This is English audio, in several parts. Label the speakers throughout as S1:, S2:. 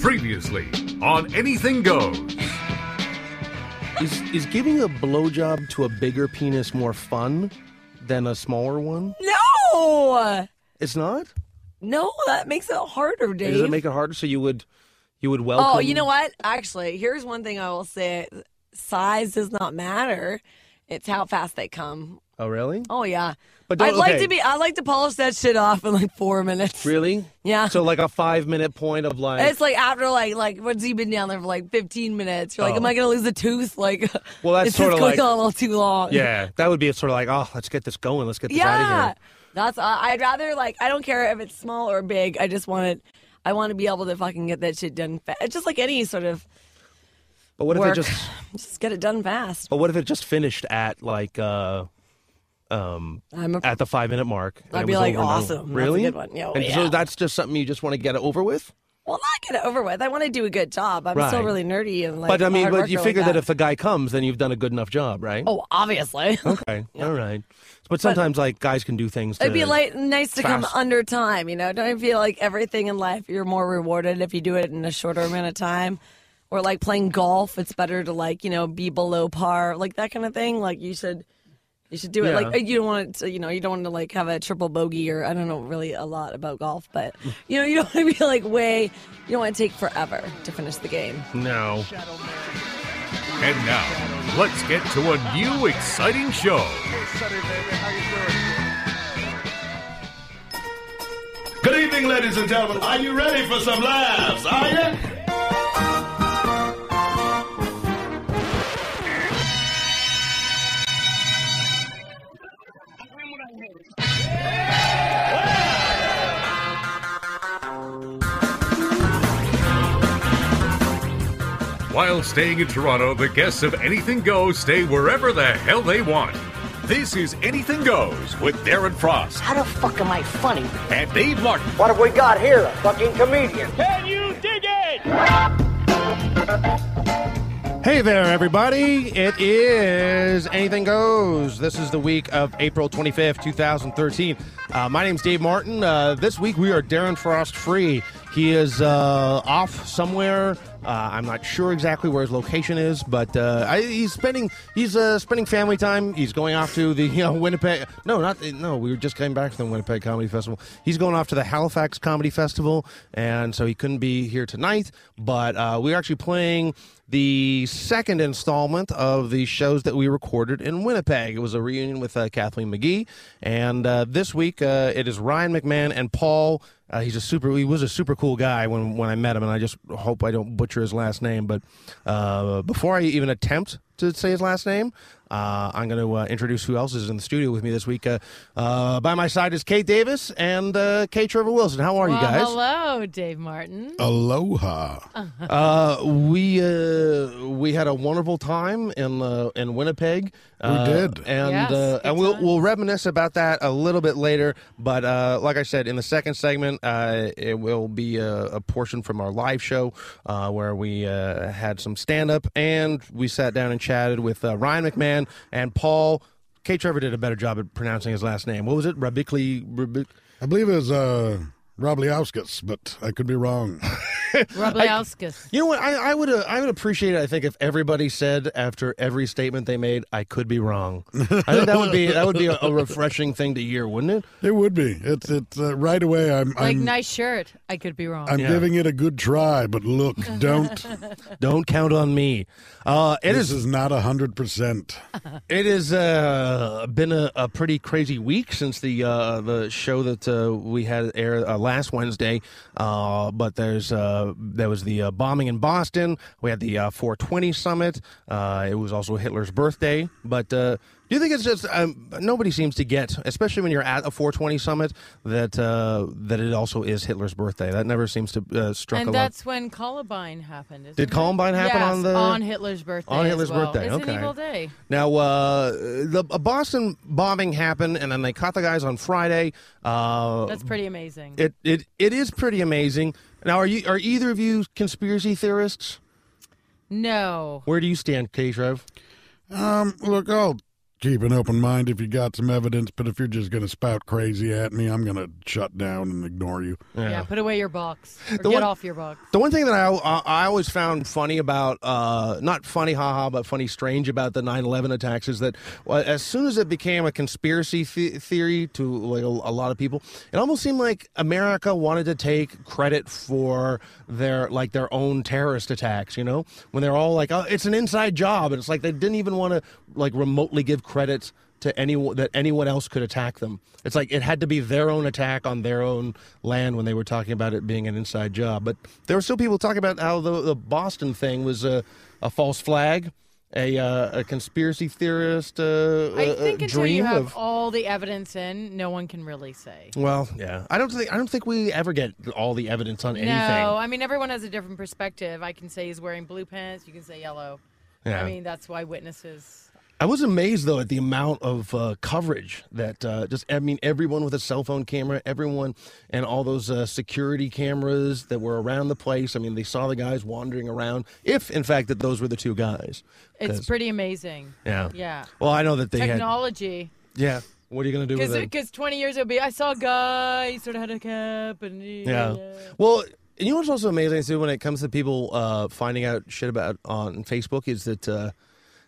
S1: Presley on Anything Goes.
S2: Is is giving a blowjob to a bigger penis more fun than a smaller one?
S3: No,
S2: It's not.
S3: no, that makes it harder, Dave.
S2: Does it make it harder? So you would you would welcome?
S3: oh, you know what? Actually, here's one thing I will say: size does not matter. It's how fast they come.
S2: Oh, really?
S3: Oh yeah,
S2: But don't-
S3: I'd like
S2: okay.
S3: to be. I like to polish that shit off in like four minutes.
S2: Really?
S3: Yeah.
S2: So like a five minute point of like.
S3: It's like after like like once you've been down there for like 15 minutes, you're like,
S2: Oh.
S3: am I gonna lose a tooth? Like,
S2: Well, that's
S3: it's
S2: sorta
S3: just going
S2: like-
S3: on a little too long.
S2: yeah, that would be sort of like, oh, let's get this going. Let's get this out of
S3: yeah.
S2: here.
S3: That's uh, I'd rather like I don't care if it's small or big. I just want it. I want to be able to fucking get that shit done fast. Just like any sort of
S2: But what
S3: work,
S2: if it just?
S3: just get it done fast.
S2: But what if it just finished at like, uh, um,
S3: I'm a,
S2: at the five minute mark? and
S3: I'd
S2: it
S3: be
S2: was
S3: like,
S2: over and over?
S3: awesome. That's a
S2: Really?
S3: good one. Yeah,
S2: and
S3: yeah.
S2: so that's just something you just want to get it over with.
S3: well, not get it over with. I want to do a good job. I'm still
S2: Right.
S3: really nerdy and like.
S2: but I
S3: a
S2: mean,
S3: hard
S2: but you
S3: worker
S2: figure
S3: like
S2: that. if the guy comes, then you've done a good enough job, right?
S3: oh, obviously.
S2: Okay. All right. But sometimes like guys can do things. To,
S3: It'd be like nice to come
S2: fast.
S3: under time, you know. Don't you feel like everything in life you're more rewarded if you do it in a shorter amount of time? Or like playing golf, it's better to like, you know, be below par, like that kind of thing. Like you should you should do it.
S2: Yeah.
S3: Like you don't want it to, you know, you don't want to like have a triple bogey or I don't know really a lot about golf, but you know, you don't want to be like way you don't want to take forever to finish the game.
S2: no.
S1: And now, let's get to a new exciting show.
S4: Good evening, ladies and gentlemen. Are you ready for some laughs? Are you?
S1: While staying in Toronto, the guests of Anything Goes stay wherever the hell they want. This is Anything Goes with Darren Frost
S5: How the fuck am I funny?
S1: and Dave Martin.
S6: What have we got here? A fucking comedian.
S7: Hey there, everybody. It is Anything Goes. This is the week of April 25th, 2013. Uh, my name's Dave Martin. Uh, this week we are Darren Frost free. He is uh, off somewhere. Uh, I'm not sure exactly where his location is, but uh, I, he's spending he's uh, spending family time. He's going off to the you know, Winnipeg. No, not no. We were just came back from the Winnipeg Comedy Festival. He's going off to the Halifax Comedy Festival, and so he couldn't be here tonight. But uh, we're actually playing the second installment of the shows that we recorded in Winnipeg. It was a reunion with uh, Kathleen McGee, and uh, this week uh, it is Ryan McMahon and Paul. Uh, he's a super. He was a super cool guy when when I met him, and I just hope I don't butcher his last name. But uh, before I even attempt to say his last name, uh, I'm going to uh, introduce who else is in the studio with me this week. Uh, uh, by my side is Kate Davis and uh, Kate Trevor Wilson. How are you
S8: Well,
S7: guys?
S8: Hello, Dave Martin.
S4: Aloha.
S7: Uh, we uh, we had a wonderful time in uh, in Winnipeg. Uh,
S4: did.
S7: and
S8: Yes,
S7: uh,
S8: good
S7: and we'll
S8: time.
S7: we'll reminisce about that a little bit later. But uh, like I said, in the second segment, uh, it will be a, a portion from our live show uh, where we uh, had some stand up and we sat down and chatted with uh, Ryan McMahon and Paul. Kate Trevor did a better job at pronouncing his last name. What was it? Rabicli. Rabic-
S4: I believe it was uh, Rob Liauskas, but I could be wrong.
S8: Rubliauskas.
S7: You know what? I, I would uh, I would appreciate it. I think if everybody said after every statement they made, "I could be wrong," I think that would be that would be a, a refreshing thing to hear, wouldn't it?
S4: it would be. It's it's uh, right away. I'm
S8: Like,
S4: I'm,
S8: nice shirt. I could be wrong.
S4: I'm
S7: Yeah.
S4: giving it a good try, but look, don't.
S7: Don't count on me. Uh, it
S4: this
S7: is
S4: is not hundred percent.
S7: it has uh, been a, a pretty crazy week since the uh, the show that uh, we had air uh, last Wednesday. Uh, but there's uh, there was the uh, bombing in Boston. We had the uh, 420 summit. Uh, it was also Hitler's birthday. But uh, do you think it's just um, nobody seems to get, especially when you're at a 420 summit, that uh, that it also is Hitler's birthday? That never seems to uh, struck a
S8: and
S7: lot.
S8: that's when Columbine happened. isn't
S7: Did
S8: it?
S7: Columbine happen
S8: Yes,
S7: on the-
S8: on Hitler's birthday?
S7: on
S8: as
S7: Hitler's
S8: well.
S7: birthday,
S8: It's
S7: okay.
S8: an evil day.
S7: Now, uh, the a Boston bombing happened, and then they caught the guys on Friday. Uh,
S8: That's pretty amazing.
S7: it, it it is pretty amazing. Now, are you are either of you conspiracy theorists?
S8: no,
S7: Where do you stand, K. Trev?
S4: Um, look, I'll
S5: keep an open mind if you got some evidence, but if you're just going to spout crazy at me, I'm going to shut down and ignore you.
S8: Yeah. put away your box. Or
S7: The
S8: get
S7: one-
S8: off your box.
S7: The one thing that I, I I always found funny about, uh, not funny, haha, but funny, strange about the 9 11 attacks is that well, as soon as it became a conspiracy the- theory to like a, a lot of people, it almost seemed like America wanted to take credit for their like their own terrorist attacks, you know? When they're all like, oh, it's an inside job. And it's like they didn't even want to like remotely give credit to anyone that anyone else could attack them. It's like it had to be their own attack on their own land when they were talking about it being an inside job. But there were still people talking about how the, the Boston thing was a, a false flag, a uh, a conspiracy theorist uh,
S8: I
S7: uh,
S8: think
S7: uh,
S8: until
S7: dream
S8: you have
S7: of.
S8: all the evidence in, no one can really say.
S7: well, yeah, I don't think I don't think we ever get all the evidence on
S8: No,
S7: anything.
S8: I mean everyone has a different perspective. I can say he's wearing blue pants. You can say yellow.
S7: Yeah.
S8: I mean that's why witnesses.
S7: I was amazed though at the amount of uh, coverage that uh, just I mean everyone with a cell phone camera, everyone and all those uh, security cameras that were around the place. I mean, they saw the guys wandering around. If in fact that those were the two guys,
S8: It's
S7: 'Cause-
S8: pretty amazing.
S7: yeah,
S8: Yeah.
S7: Well, I know that they
S8: Technology.
S7: had. Yeah, what are you gonna do with it?
S8: Because 20 years it'll be, I saw a guy, he sort of had a cap, and he,
S7: Yeah. Well, you know what's also amazing too when it comes to people uh, finding out shit about on Facebook is that uh,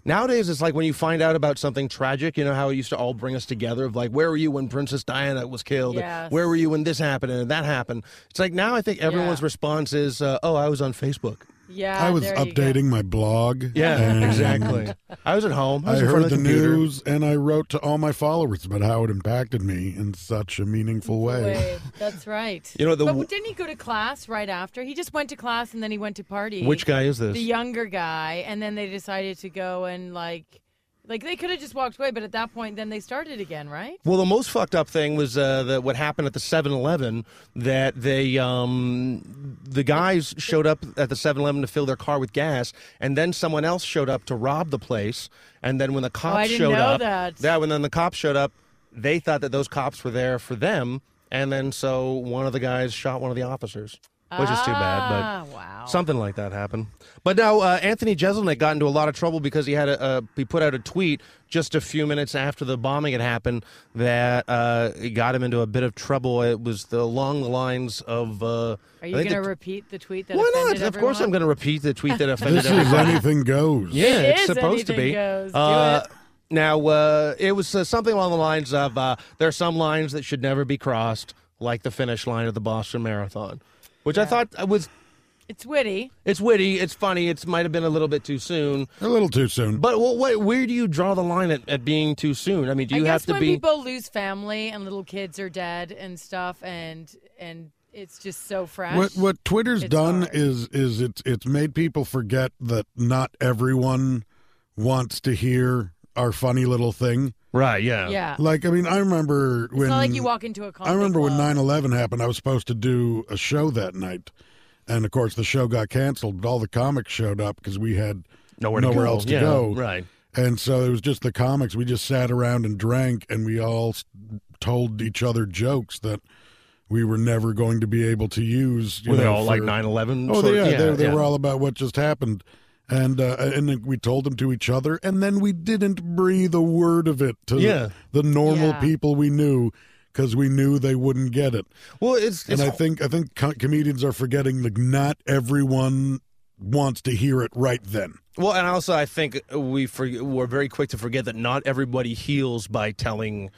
S7: nowadays it's like when you find out about something tragic, you know how it used to all bring us together of like, where were you when Princess Diana was killed?
S8: Yes.
S7: Where were you when this happened and that happened? It's like now I think everyone's
S8: Yeah.
S7: response is, uh, oh, I was on Facebook.
S8: Yeah,
S5: I was
S8: there you go.
S5: updating my blog. and
S7: Yeah, exactly. I was at home. I,
S5: I
S7: was in front
S5: heard
S7: of
S5: the
S7: computer.
S5: news and I wrote to all my followers about how it impacted me in such a meaningful way.
S8: Wait, that's right.
S7: You know, the w-
S8: but didn't he go to class right after? He just went to class and then he went to party.
S7: Which guy is this?
S8: The younger guy, and then they decided to go and like, like they could have just walked away, but at that point, then they started again, right?
S7: Well, the most fucked up thing was uh, that what happened at the 7-Eleven that they um, the guys showed up at the 7-Eleven to fill their car with gas, and then someone else showed up to rob the place. And then when the
S8: Oh,
S7: cops
S8: didn't
S7: showed
S8: know
S7: up,
S8: that.
S7: yeah, when then the cops showed up, they thought that those cops were there for them, and then so one of the guys shot one of the officers, which is too bad. But
S8: Ah, wow.
S7: Something like that happened. But now uh, Anthony Jeselnik got into a lot of trouble because he had a, uh, he put out a tweet just a few minutes after the bombing had happened that uh, it got him into a bit of trouble. It was the, along the lines of. Uh,
S8: Are
S7: I
S8: you
S7: think
S8: going to
S7: the-
S8: repeat the tweet that?
S7: Why not?
S8: offended
S7: Of course, I'm
S8: everyone?
S7: going to repeat the tweet that offended
S5: This is
S7: everyone.
S5: anything goes.
S7: Yeah,
S8: It
S7: it's
S8: is
S7: supposed to
S8: anything
S7: be.
S8: goes. Do
S7: Uh,
S8: it.
S7: Now, uh, it was uh, something along the lines of uh, there are some lines that should never be crossed, like the finish line of the Boston Marathon, which I thought was
S8: It's witty.
S7: it's witty, it's funny, it might have been a little bit too soon.
S5: A little too soon.
S7: But well, wait, where do you draw the line at, at being too soon? I mean, do you
S8: I
S7: have
S8: guess
S7: to
S8: when
S7: be?
S8: people lose family and little kids are dead and stuff, and and it's just so fresh.
S5: What what Twitter's
S8: It's
S5: done
S8: hard.
S5: is is it's it's made people forget that not everyone wants to hear our funny little thing.
S7: right? Yeah.
S8: Yeah.
S5: Like I mean, I remember when
S8: it's not like you walk into a
S5: I
S8: comedy
S5: remember when
S8: club.
S5: 9/11 happened, I was supposed to do a show that night. And of course the show got canceled, but all the comics showed up because we had
S7: Nowhere to go.
S5: else to
S7: Yeah,
S5: go.
S7: right.
S5: And so it was just the comics. We just sat around and drank and we all s- told each other jokes that we were never going to be able to use. you
S7: Were they
S5: know,
S7: all like
S5: for-
S7: 9/11?
S5: Oh,
S7: sort
S5: they,
S7: of-
S5: yeah, they, they
S7: yeah.
S5: were all about what just happened, and uh, and then we told them to each other, and then we didn't breathe a word of it to
S7: Yeah.
S5: the normal
S8: Yeah.
S5: people we knew because we knew they wouldn't get it.
S7: Well, it's,
S5: And
S7: it's
S5: I think I think co- comedians are forgetting that not everyone wants to hear it right then.
S7: well, and also I think we for, we're very quick to forget that not everybody heals by telling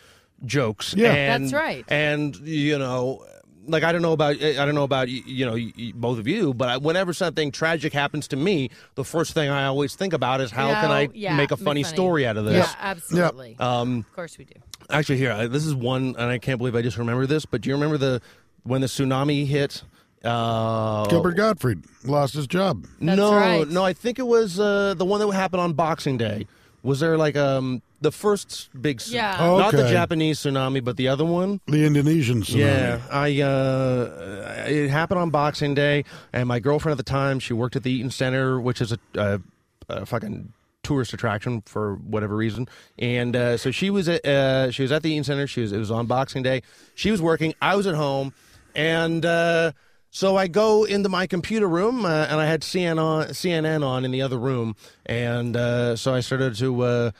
S7: jokes.
S5: Yeah.
S7: And-
S8: That's right.
S7: And you know. Like I don't know about I don't know about y- you know y- y- both of you, but I, whenever something tragic happens to me, the first thing I always think about is how can I
S8: No, yeah,
S7: make a funny, story out of this.
S8: Yeah, absolutely.
S7: Um,
S8: of course we do.
S7: Actually, here, I, this is one, and I can't believe I just remember this. But do you remember the when the tsunami hit? Uh,
S5: Gilbert Gottfried lost his job.
S8: That's
S7: no,
S8: right.
S7: no, I think it was uh, the one that happened on Boxing Day. Was there like um the first big, tsu-
S8: Yeah.
S7: not the
S5: Okay.
S7: Japanese tsunami, but the other one?
S5: The Indonesian tsunami.
S7: Yeah, I uh, it happened on Boxing Day, and my girlfriend at the time she worked at the Eaton Center, which is a, a, a fucking tourist attraction for whatever reason, and uh, so she was at uh, she was at the Eaton Center. She was it was on Boxing Day. She was working. I was at home, and. Uh, so I go into my computer room, uh, and I had CNN on, CNN on in the other room, and uh, so I started to uh,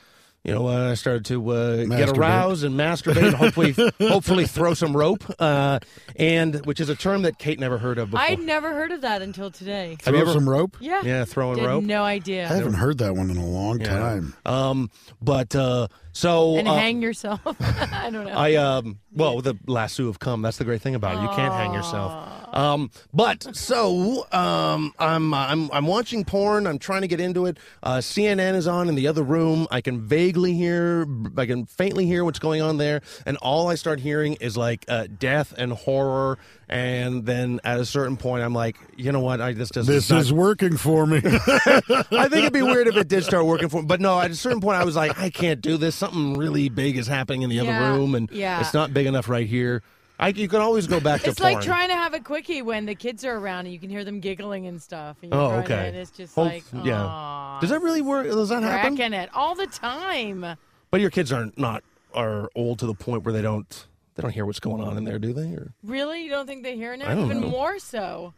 S7: you know, uh, I started to uh, get
S5: Masturbate.
S7: aroused and masturbate, and hopefully, hopefully throw some rope, uh, and which is a term that Kate never heard of before.
S8: I'd never heard of that until today.
S7: Have you
S5: Throw
S7: ever-
S5: some rope?
S8: Yeah.
S7: yeah, throwing
S8: Did
S7: rope.
S8: no
S5: I
S8: idea.
S5: haven't heard that one in a long time.
S7: Um, but uh, so
S8: And
S7: uh,
S8: hang yourself. I don't know.
S7: I um well the lasso of cum that's the great thing about it you can't hang yourself um but so um I'm I'm I'm watching porn I'm trying to get into it uh, CNN is on in the other room I can vaguely hear I can faintly hear what's going on there and all I start hearing is like uh, death and horror and then at a certain point I'm like you know what I this doesn't
S5: This is working for me.
S7: I think it'd be weird if it did start working for me. But no, at a certain point, I was like, I can't do this. Something really big is happening in the
S8: Yeah,
S7: other room, and
S8: yeah.
S7: it's not big enough right here. I, you can always go back to
S8: it's
S7: porn.
S8: like trying to have a quickie when the kids are around and you can hear them giggling and stuff. And you're
S7: Oh,
S8: trying to-
S7: okay.
S8: And it's just
S7: Oh,
S8: like,
S7: yeah.
S8: aw,
S7: Does that really work? Does that happen?
S8: cracking it all the time.
S7: But your kids aren't not are old to the point where they don't they don't hear what's going on in there, do they? Or
S8: Really? You don't think they hear it now?
S7: I don't
S8: Even
S7: know.
S8: more so.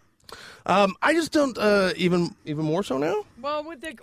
S7: um, I just don't uh, even even more so now.
S8: Well, with the.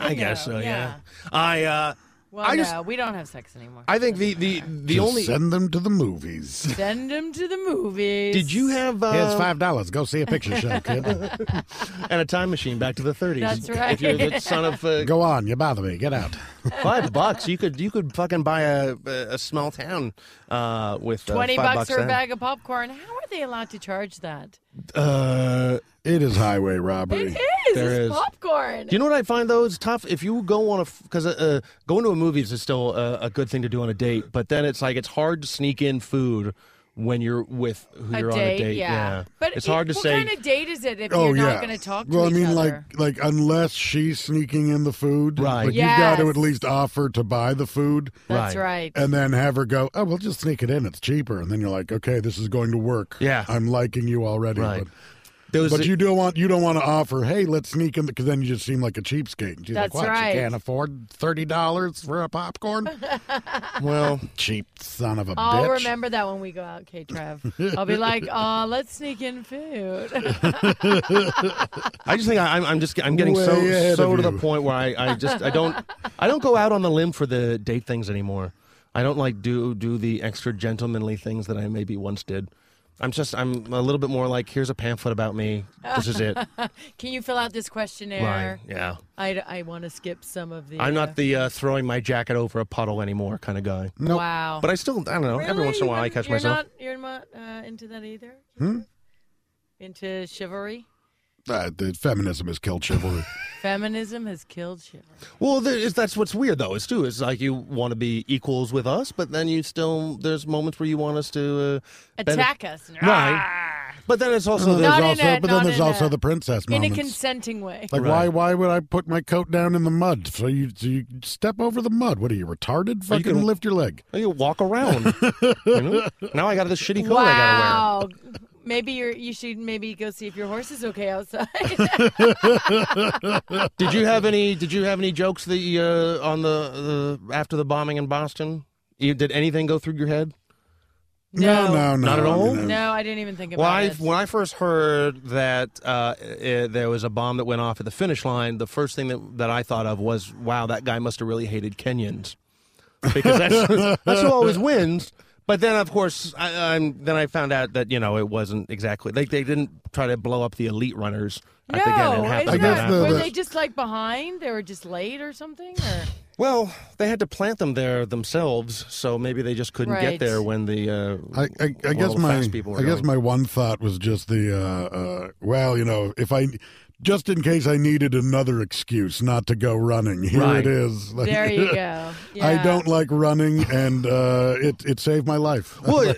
S7: I
S8: you
S7: guess
S8: know,
S7: so. Yeah. I uh,
S8: Well,
S7: I
S8: no,
S7: just-
S8: we don't have sex anymore.
S7: I think the the the
S5: Just
S7: only
S5: send them to the movies.
S8: Send them to the movies.
S7: did you have uh,
S5: Here's five dollars. Go see a picture show, kid.
S7: and a time machine back to the 30s?
S8: That's right.
S7: If you're the son of uh,
S5: Go on, you bother me. Get out.
S7: five bucks you could you could fucking buy a a small town uh with uh,
S8: 20
S7: five
S8: bucks for a
S7: then.
S8: bag of popcorn. How are they allowed to charge that?
S7: uh
S5: It is highway
S8: It
S5: robbery.
S8: is.
S7: There
S8: it's
S7: is.
S8: popcorn.
S7: do you know what I find though? It's tough if you go on a because uh, uh, going to a movies is still a, a good thing to do on a date, but then it's like it's hard to sneak in food when you're with who you're on a date.
S8: But
S7: it's
S8: it-
S7: hard to
S8: what
S7: say.
S8: kind of date is it if
S5: Oh
S8: you're
S5: yeah.
S8: not going to talk to
S5: well,
S8: each
S5: I mean,
S8: other?
S5: like, like unless she's sneaking in the food,
S7: Right.
S5: But you've got to
S8: Yes.
S5: at least offer to buy the food,
S8: That's
S7: Right.
S8: right.
S5: and then have her go. Oh, we'll just sneak it in. It's cheaper. And then you're like, okay, this is going to work.
S7: Yeah.
S5: I'm liking you already.
S7: Right.
S5: But,
S7: There was
S5: but
S7: a-
S5: you don't want you don't want to offer. Hey, let's sneak in because then you just seem like a cheapskate. And she's
S8: That's
S5: like, what?
S8: right.
S5: You can't afford thirty dollars for a popcorn.
S7: well,
S5: Cheap son of a
S8: I'll
S5: bitch.
S8: remember that when we go out, K Trev. I'll be like, oh, let's sneak in food.
S7: I just think I, I'm, I'm just I'm getting
S5: Way
S7: so
S5: ahead
S7: so
S5: of
S7: to the
S5: you.
S7: point where I, I just I don't I don't go out on the limb for the date things anymore. I don't like do do the extra gentlemanly things that I maybe once did. I'm just I'm a little bit more like here's a pamphlet about me. This is it.
S8: Can you fill out this
S7: Right.
S8: questionnaire?
S7: Yeah.
S8: I, I want to skip some of the.
S7: I'm
S8: uh,
S7: not the uh, throwing my jacket over a puddle anymore kind of guy.
S8: Wow.
S7: But I still I don't know. Every
S8: uh, Really?
S7: once in a while I
S8: You're-
S7: catch
S8: you're
S7: myself.
S8: Not, you're not uh, into that either?
S5: Hmm?
S8: Into chivalry?
S5: Uh, the feminism has killed chivalry.
S8: Feminism has killed chivalry.
S7: Well, there is, that's what's weird though. Is too. It's like you want to be equals with us, but then you still there's moments where you want us to uh, benef-
S8: Attack us.
S7: Right. But then it's also
S5: Well,
S7: the,
S8: Not
S5: there's
S8: in
S5: also,
S8: a-
S5: but
S8: not
S5: then there's
S8: in
S5: also
S8: a-
S5: the princess
S8: In a
S5: moments.
S8: consenting way.
S5: like why?
S7: Right.
S5: Why would I put my coat down in the mud? So you, so you step over the mud. What are you retarded?
S7: Well, you
S5: Fucking
S7: can-
S5: lift your leg.
S7: you walk around. you know? Now I got this shitty coat I gotta
S8: wow. Maybe you're, you should maybe go see if your horse is okay outside.
S7: wear. Did you have any? Did you have any jokes the uh, on the uh, after the bombing in Boston? You, did anything go through your head?
S5: No, no, no,
S7: Not at
S5: I
S7: all?
S5: mean, uh,
S8: No, I didn't even think about
S7: Well, I,
S8: it.
S7: when I first heard that uh, uh there was a bomb that went off at the finish line, the first thing that, that I thought of was, "Wow, that guy must have really hated Kenyans," because that's, that's who always wins. But then, of course, I, I'm, then I found out that you know it wasn't exactly like they didn't try to blow up the elite runners.
S8: no,
S7: I think that didn't happen.
S8: isn't
S5: I guess
S8: that-
S5: the-
S8: were
S5: the-
S8: they just like behind? They were just late or something? Or
S7: Well, they had to plant them there themselves, so maybe they just couldn't get
S8: Right.
S7: there when the. Uh,
S5: I, I, I
S7: all
S5: guess
S7: the
S5: my, I
S7: fast people were
S5: guess
S7: going.
S5: my one thought was just the, uh, uh, well, you know, if I, just in case I needed another excuse not to go running, here
S7: Right.
S5: it is. Like,
S8: there you go.
S5: I
S8: Yeah.
S5: don't like running, and uh, it it saved my life.
S7: Well,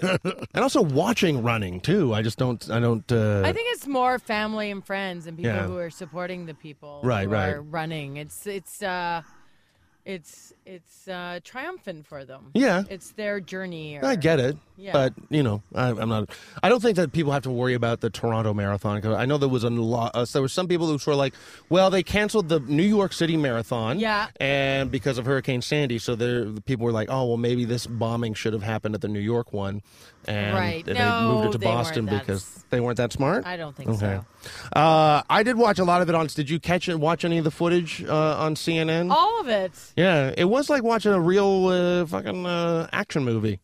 S7: and also watching running too. I just don't. I don't. Uh,
S8: I think it's more family and friends and people
S7: Yeah.
S8: who are supporting the people
S7: Right,
S8: who
S7: right.
S8: are running. It's it's uh it's it's uh triumphant for them.
S7: Yeah.
S8: It's their journey. Or,
S7: I get it,
S8: Yeah.
S7: but you know, I, I'm not. I don't think that people have to worry about the Toronto Marathon. 'cause I know there was a lot. Uh, there were some people who were like, "Well, they canceled the New York City Marathon,
S8: Yeah.
S7: and because of Hurricane Sandy, so there the people were like, "Oh, well, maybe this bombing should have happened at the New York one, and
S8: Right.
S7: they
S8: No,
S7: moved it to
S8: they weren't
S7: Boston
S8: that
S7: because
S8: s-
S7: they weren't that smart."
S8: I don't think
S7: okay.
S8: so.
S7: Uh, I did watch a lot of it on. Did you catch it? Watch any of the footage uh, on CNN?
S8: All of it.
S7: Yeah, it was like watching a real uh, fucking uh, action movie.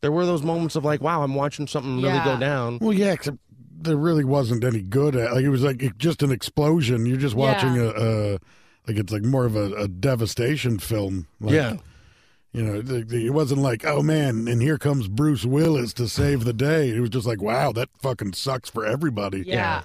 S7: There were those moments of like, wow, I'm watching something really go
S8: Yeah.
S7: down.
S5: Well, yeah, except there really wasn't any good at. Like it was like it- just an explosion. You're just watching
S8: Yeah.
S5: a, a like it's like more of a, a devastation film. Like,
S7: Yeah.
S5: you know, the, the, it wasn't like oh man, and here comes Bruce Willis to save the day. It was just like wow, that fucking sucks for everybody.
S8: Yeah.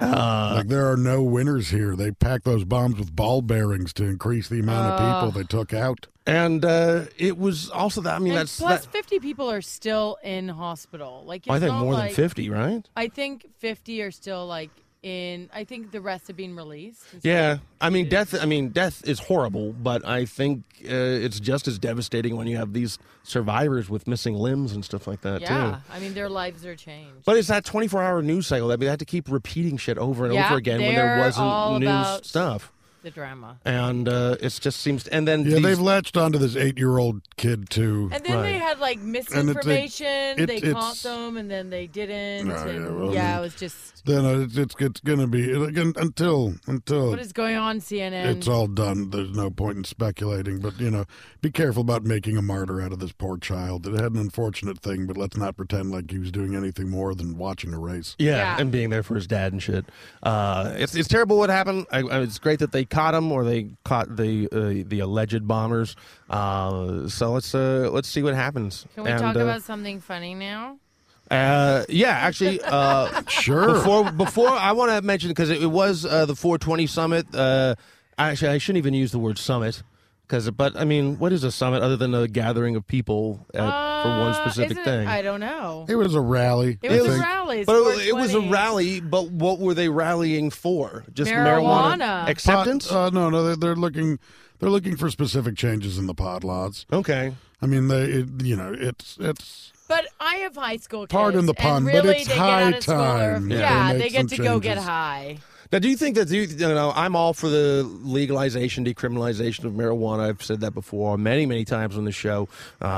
S7: Uh,
S5: Like there are no winners here. They packed those bombs with ball bearings to increase the amount of people they took out.
S7: And uh, it was also that. I mean,
S8: And
S7: that's
S8: plus
S7: that,
S8: 50 people are still in hospital. Like it's
S7: I think
S8: not
S7: more
S8: like,
S7: than fifty, right?
S8: I think 50 are still like in. I think the rest have been released. and stuff.
S7: Yeah, I mean death. I mean death is horrible, but I think uh, it's just as devastating when you have these survivors with missing limbs and stuff like that
S8: Yeah.
S7: too.
S8: I mean, their lives are changed.
S7: But it's that 24-hour news cycle that we had to keep repeating shit over and
S8: Yeah,
S7: over again when there
S8: they're
S7: wasn't
S8: all
S7: new
S8: about-
S7: stuff,
S8: the drama.
S7: and uh, it just seems. And then
S5: Yeah,
S7: these-
S5: they've latched onto this eight-year-old kid too.
S8: And then they had like misinformation. they
S5: it-
S8: caught
S5: it's-
S8: them and then they didn't.
S5: No,
S8: and
S5: yeah, well,
S8: yeah,
S5: I
S8: it was just
S5: Then uh, it's it's, it's going to be again until until
S8: what is going on, CNN.
S5: It's all done. There's no point in speculating, but you know, be careful about making a martyr out of this poor child. It had an unfortunate thing, but let's not pretend like he was doing anything more than watching a race.
S7: Yeah,
S8: Yeah.
S7: and being there for his dad and shit. Uh, it's it's terrible what happened. I, I, it's great that they caught him or they caught the uh, the alleged bombers. Uh, so let's uh, let's see what happens.
S8: Can we
S7: And,
S8: talk
S7: uh,
S8: about something funny now?
S7: Uh, yeah, actually, uh,
S5: Sure.
S7: before before I want to mention because it, it was uh, the 420 summit. Uh, actually, I shouldn't even use the word summit because, but I mean, what is a summit other than a gathering of people at, for
S8: Uh,
S7: one specific
S8: isn't it-
S7: thing?
S8: I don't know.
S5: it was a rally.
S8: It
S5: I
S8: was a
S5: think.
S8: rally. it's
S7: But it, it was a
S8: 420.
S7: rally. But what were they rallying for? Just marijuana,
S8: Marijuana.
S7: acceptance.
S5: Pot- uh, no, no, they're, they're looking they're looking for specific changes in the pot laws.
S7: okay.
S5: I mean, they it, you know, it's it's
S8: But I have high school kids.
S5: Pardon the
S8: and
S5: pun, but
S8: really
S5: it's
S8: they get
S5: high
S8: out of school
S5: time
S8: early.
S5: that
S8: Yeah,
S5: they
S8: they
S5: make
S8: get
S5: some
S8: to go get
S5: changes.
S8: high.
S7: Now, do you think that you, you know? I'm all for the legalization, decriminalization of marijuana. I've said that before many, many times on the show.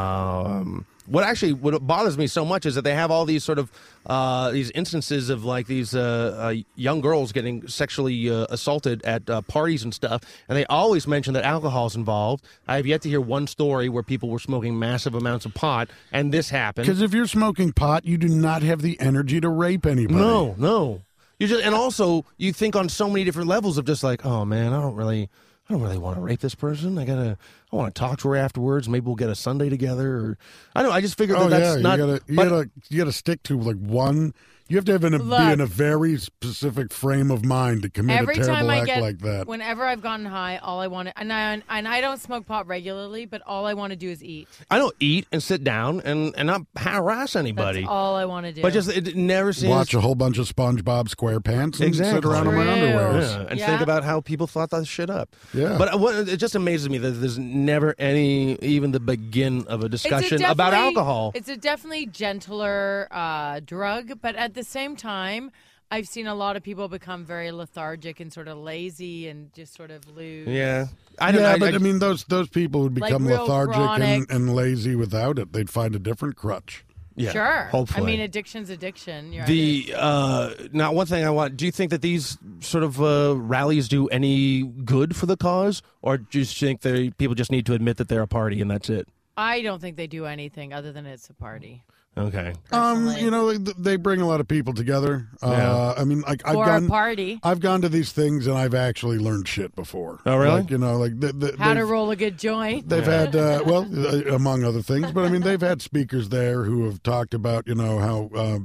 S7: Um, what actually what bothers me so much is that they have all these sort of uh, these instances of like these uh, uh, young girls getting sexually uh, assaulted at uh, parties and stuff, and they always mention that alcohol's involved. I have yet to hear one story where people were smoking massive amounts of pot and this happened.
S5: because if you're smoking pot, you do not have the energy to rape anybody.
S7: No, no. You just and also you think on so many different levels of just like, oh man, I don't really, I don't really want to rape this person. I gotta, I want to talk to her afterwards. Maybe we'll get a Sunday together. Or I don't. know, I just figured
S5: Oh
S7: that
S5: yeah,
S7: that's not.
S5: you gotta you
S7: but-
S5: gotta you gotta stick to like one. You have to have an, be
S8: Look.
S5: in a very specific frame of mind to commit
S8: Every
S5: a terrible
S8: time I
S5: act
S8: get,
S5: like that.
S8: whenever I've gotten high, all I want to, and I and I don't smoke pot regularly, but all I want to do is eat.
S7: I don't eat and sit down and and not harass
S8: That's
S7: anybody.
S8: all I want to do.
S7: But just it never seems.
S5: Watch a whole bunch of SpongeBob SquarePants and sit
S7: Exactly.
S5: around in my
S8: True.
S5: underwear.
S7: Yeah, and
S8: Yeah.
S7: think about how people thought that shit up.
S5: Yeah.
S7: But uh, what, it just amazes me that there's never any, even the begin of
S8: It's
S7: a
S8: a
S7: discussion about
S8: definitely-
S7: alcohol.
S8: It's a definitely gentler uh, drug, but at the same time, I've seen a lot of people become very lethargic and sort of lazy and just sort of lose.
S7: Yeah. I don't
S5: Yeah,
S7: know.
S5: but I, mean, those those people would
S8: Like
S5: become
S8: real
S5: lethargic and,
S8: chronic-
S5: and lazy without it. They'd find a different crutch.
S7: yeah,
S8: sure.
S7: Hopefully.
S8: I mean, addiction's addiction. You're
S7: The uh, now one thing I want. Do you think that these sort of uh, rallies do any good for the cause, or do you think they people just need to admit that they're a party and that's it?
S8: I don't think they do anything other than it's a party.
S7: Okay.
S5: Um,
S8: Personally.
S5: you know, like, th- they bring a lot of people together. Uh, I mean, like I've
S8: Or
S5: gone,
S8: a party.
S5: I've gone to these things and I've actually learned shit before.
S7: Oh, really?
S5: Like, you know, like the, the,
S8: How to
S5: they've-
S8: roll a good joint.
S5: They've had, uh, well, uh, among other things, but I mean, they've had speakers there who have talked about, you know, how uh,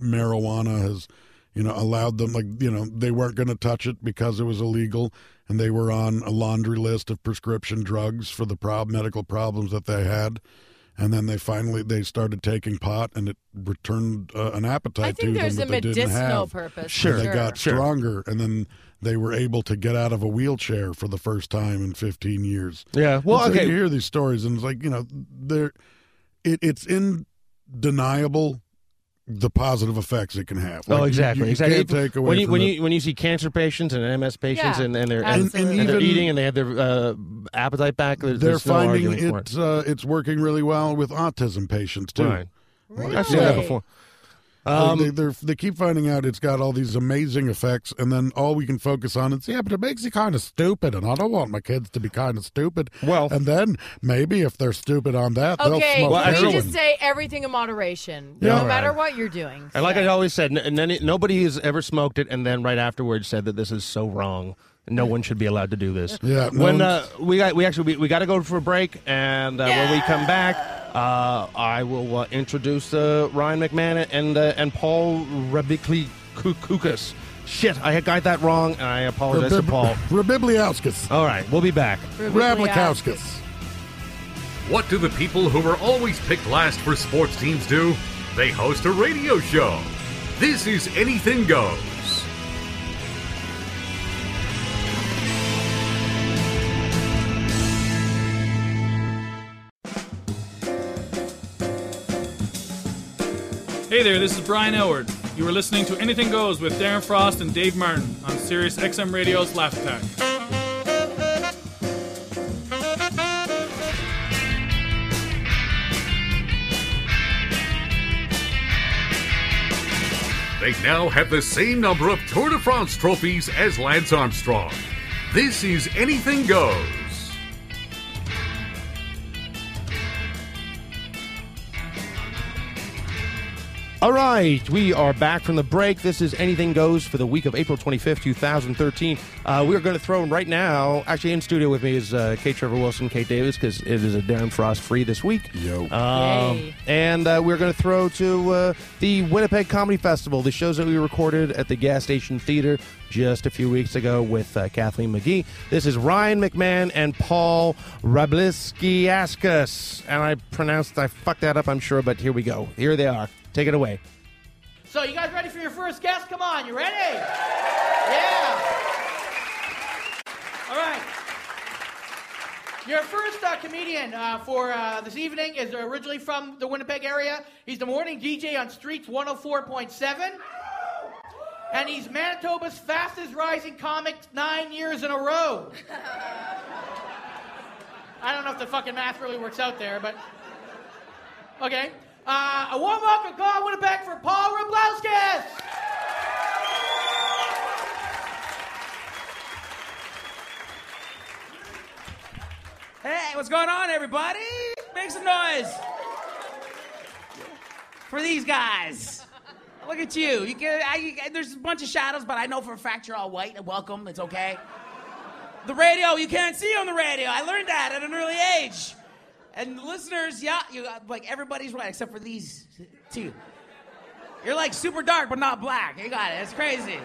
S5: marijuana has, you know, allowed them, like, you know, they weren't going to touch it because it was illegal and they were on a laundry list of prescription drugs for the prob- medical problems that they had. And then they finally they started taking pot, and it returned uh, an appetite
S8: I think
S5: to
S8: there's a
S5: them that they didn't
S8: medicinal
S5: have.
S8: purpose.
S7: Sure.
S5: And
S8: for
S5: they got
S7: Sure.
S5: stronger, and then they were able to get out of a wheelchair for the first time in 15 years.
S7: Yeah. Well,
S5: And so you
S7: okay.
S5: hear these stories, and it's like you know, there, it, it's undeniable the positive effects it can have. Like,
S7: Oh,
S5: you-
S7: exactly.
S5: You, you
S7: exactly.
S5: Can't take away
S7: when you
S5: from
S7: when
S5: the-
S7: you when you see cancer patients and MS patients
S8: Yeah,
S7: and, and they're and,
S5: and,
S8: Absolutely.
S5: even
S7: and they're eating and they have their uh, appetite back, there-
S5: they're
S7: there's no
S5: finding
S7: argument for it.
S5: it's uh, it's working really well with autism patients too.
S7: Right.
S5: Like,
S7: I've seen that
S5: yeah.
S7: before.
S5: Like,
S7: Um,
S5: they, they're, they keep finding out it's got all these amazing effects, and then all we can focus on is yeah, but it makes you kind of stupid, and I don't want my kids to be kind of stupid.
S7: Well-
S5: and then maybe if they're stupid on that, they'll
S8: Okay,
S5: smoke
S7: Well,
S8: let me
S5: heroin.
S8: just say everything in moderation,
S5: Yeah.
S8: no matter what you're doing.
S7: And like I always said, n- n- nobody has ever smoked it and then right afterwards said that this is so wrong. No one should be allowed to do this.
S5: Yeah, no
S7: when uh,
S5: one's-
S7: we got, we actually we, we got to go for a break, and uh, when we come back, uh, I will uh, introduce uh, Ryan McMahon and uh, and Paul Rebicli Kukas. Shit, I got that wrong, and I apologize to Paul.
S5: Rabibliauskas.
S7: All right, we'll be back.
S5: Rablikowskis.
S1: What do the people who are always picked last for sports teams do? They host a radio show. This is Anything Goes.
S9: Hey there, this is Brian Elward. You are listening to Anything Goes with Darren Frost and Dave Martin on Sirius XM Radio's Laugh Attack.
S1: They now have the same number of Tour de France trophies as Lance Armstrong. This is Anything Goes.
S7: All right, we are back from the break. This is Anything Goes for the week of April 25th, 2013. Uh, we are going to throw in right now, actually in studio with me is uh, Kate Trevor Wilson, Kate Davis, because it is a Darren Frost free this week.
S5: Yo.
S7: Um,
S8: Yay.
S7: and uh, we're going to throw to uh, the Winnipeg Comedy Festival, the shows that we recorded at the Gas Station Theater just a few weeks ago with uh, Kathleen McGee. This is Ryan McMahon and Paul Rabliskiaskas. And I pronounced, I fucked that up, I'm sure, but here we go. Here they are. Take it away.
S10: So, you guys ready for your first guest? Come on, you ready? Yeah. All right. Your first uh, comedian uh, for uh, this evening is originally from the Winnipeg area. He's the morning DJ on Streets 104.7. And he's Manitoba's fastest rising comic nine years in a row. I don't know if the fucking math really works out there, but. Okay. Uh, a warm welcome, call Winnipeg for Paul Roblowskis.
S11: Hey, what's going on, everybody? Make some noise for these guys. Look at you. You can. I, you, there's a bunch of shadows, but I know for a fact you're all white. and Welcome. It's okay. The radio. You can't see on the radio. I learned that at an early age. And the listeners, yeah, you like everybody's white except for these two. You're like super dark, but not black. You got it. It's crazy.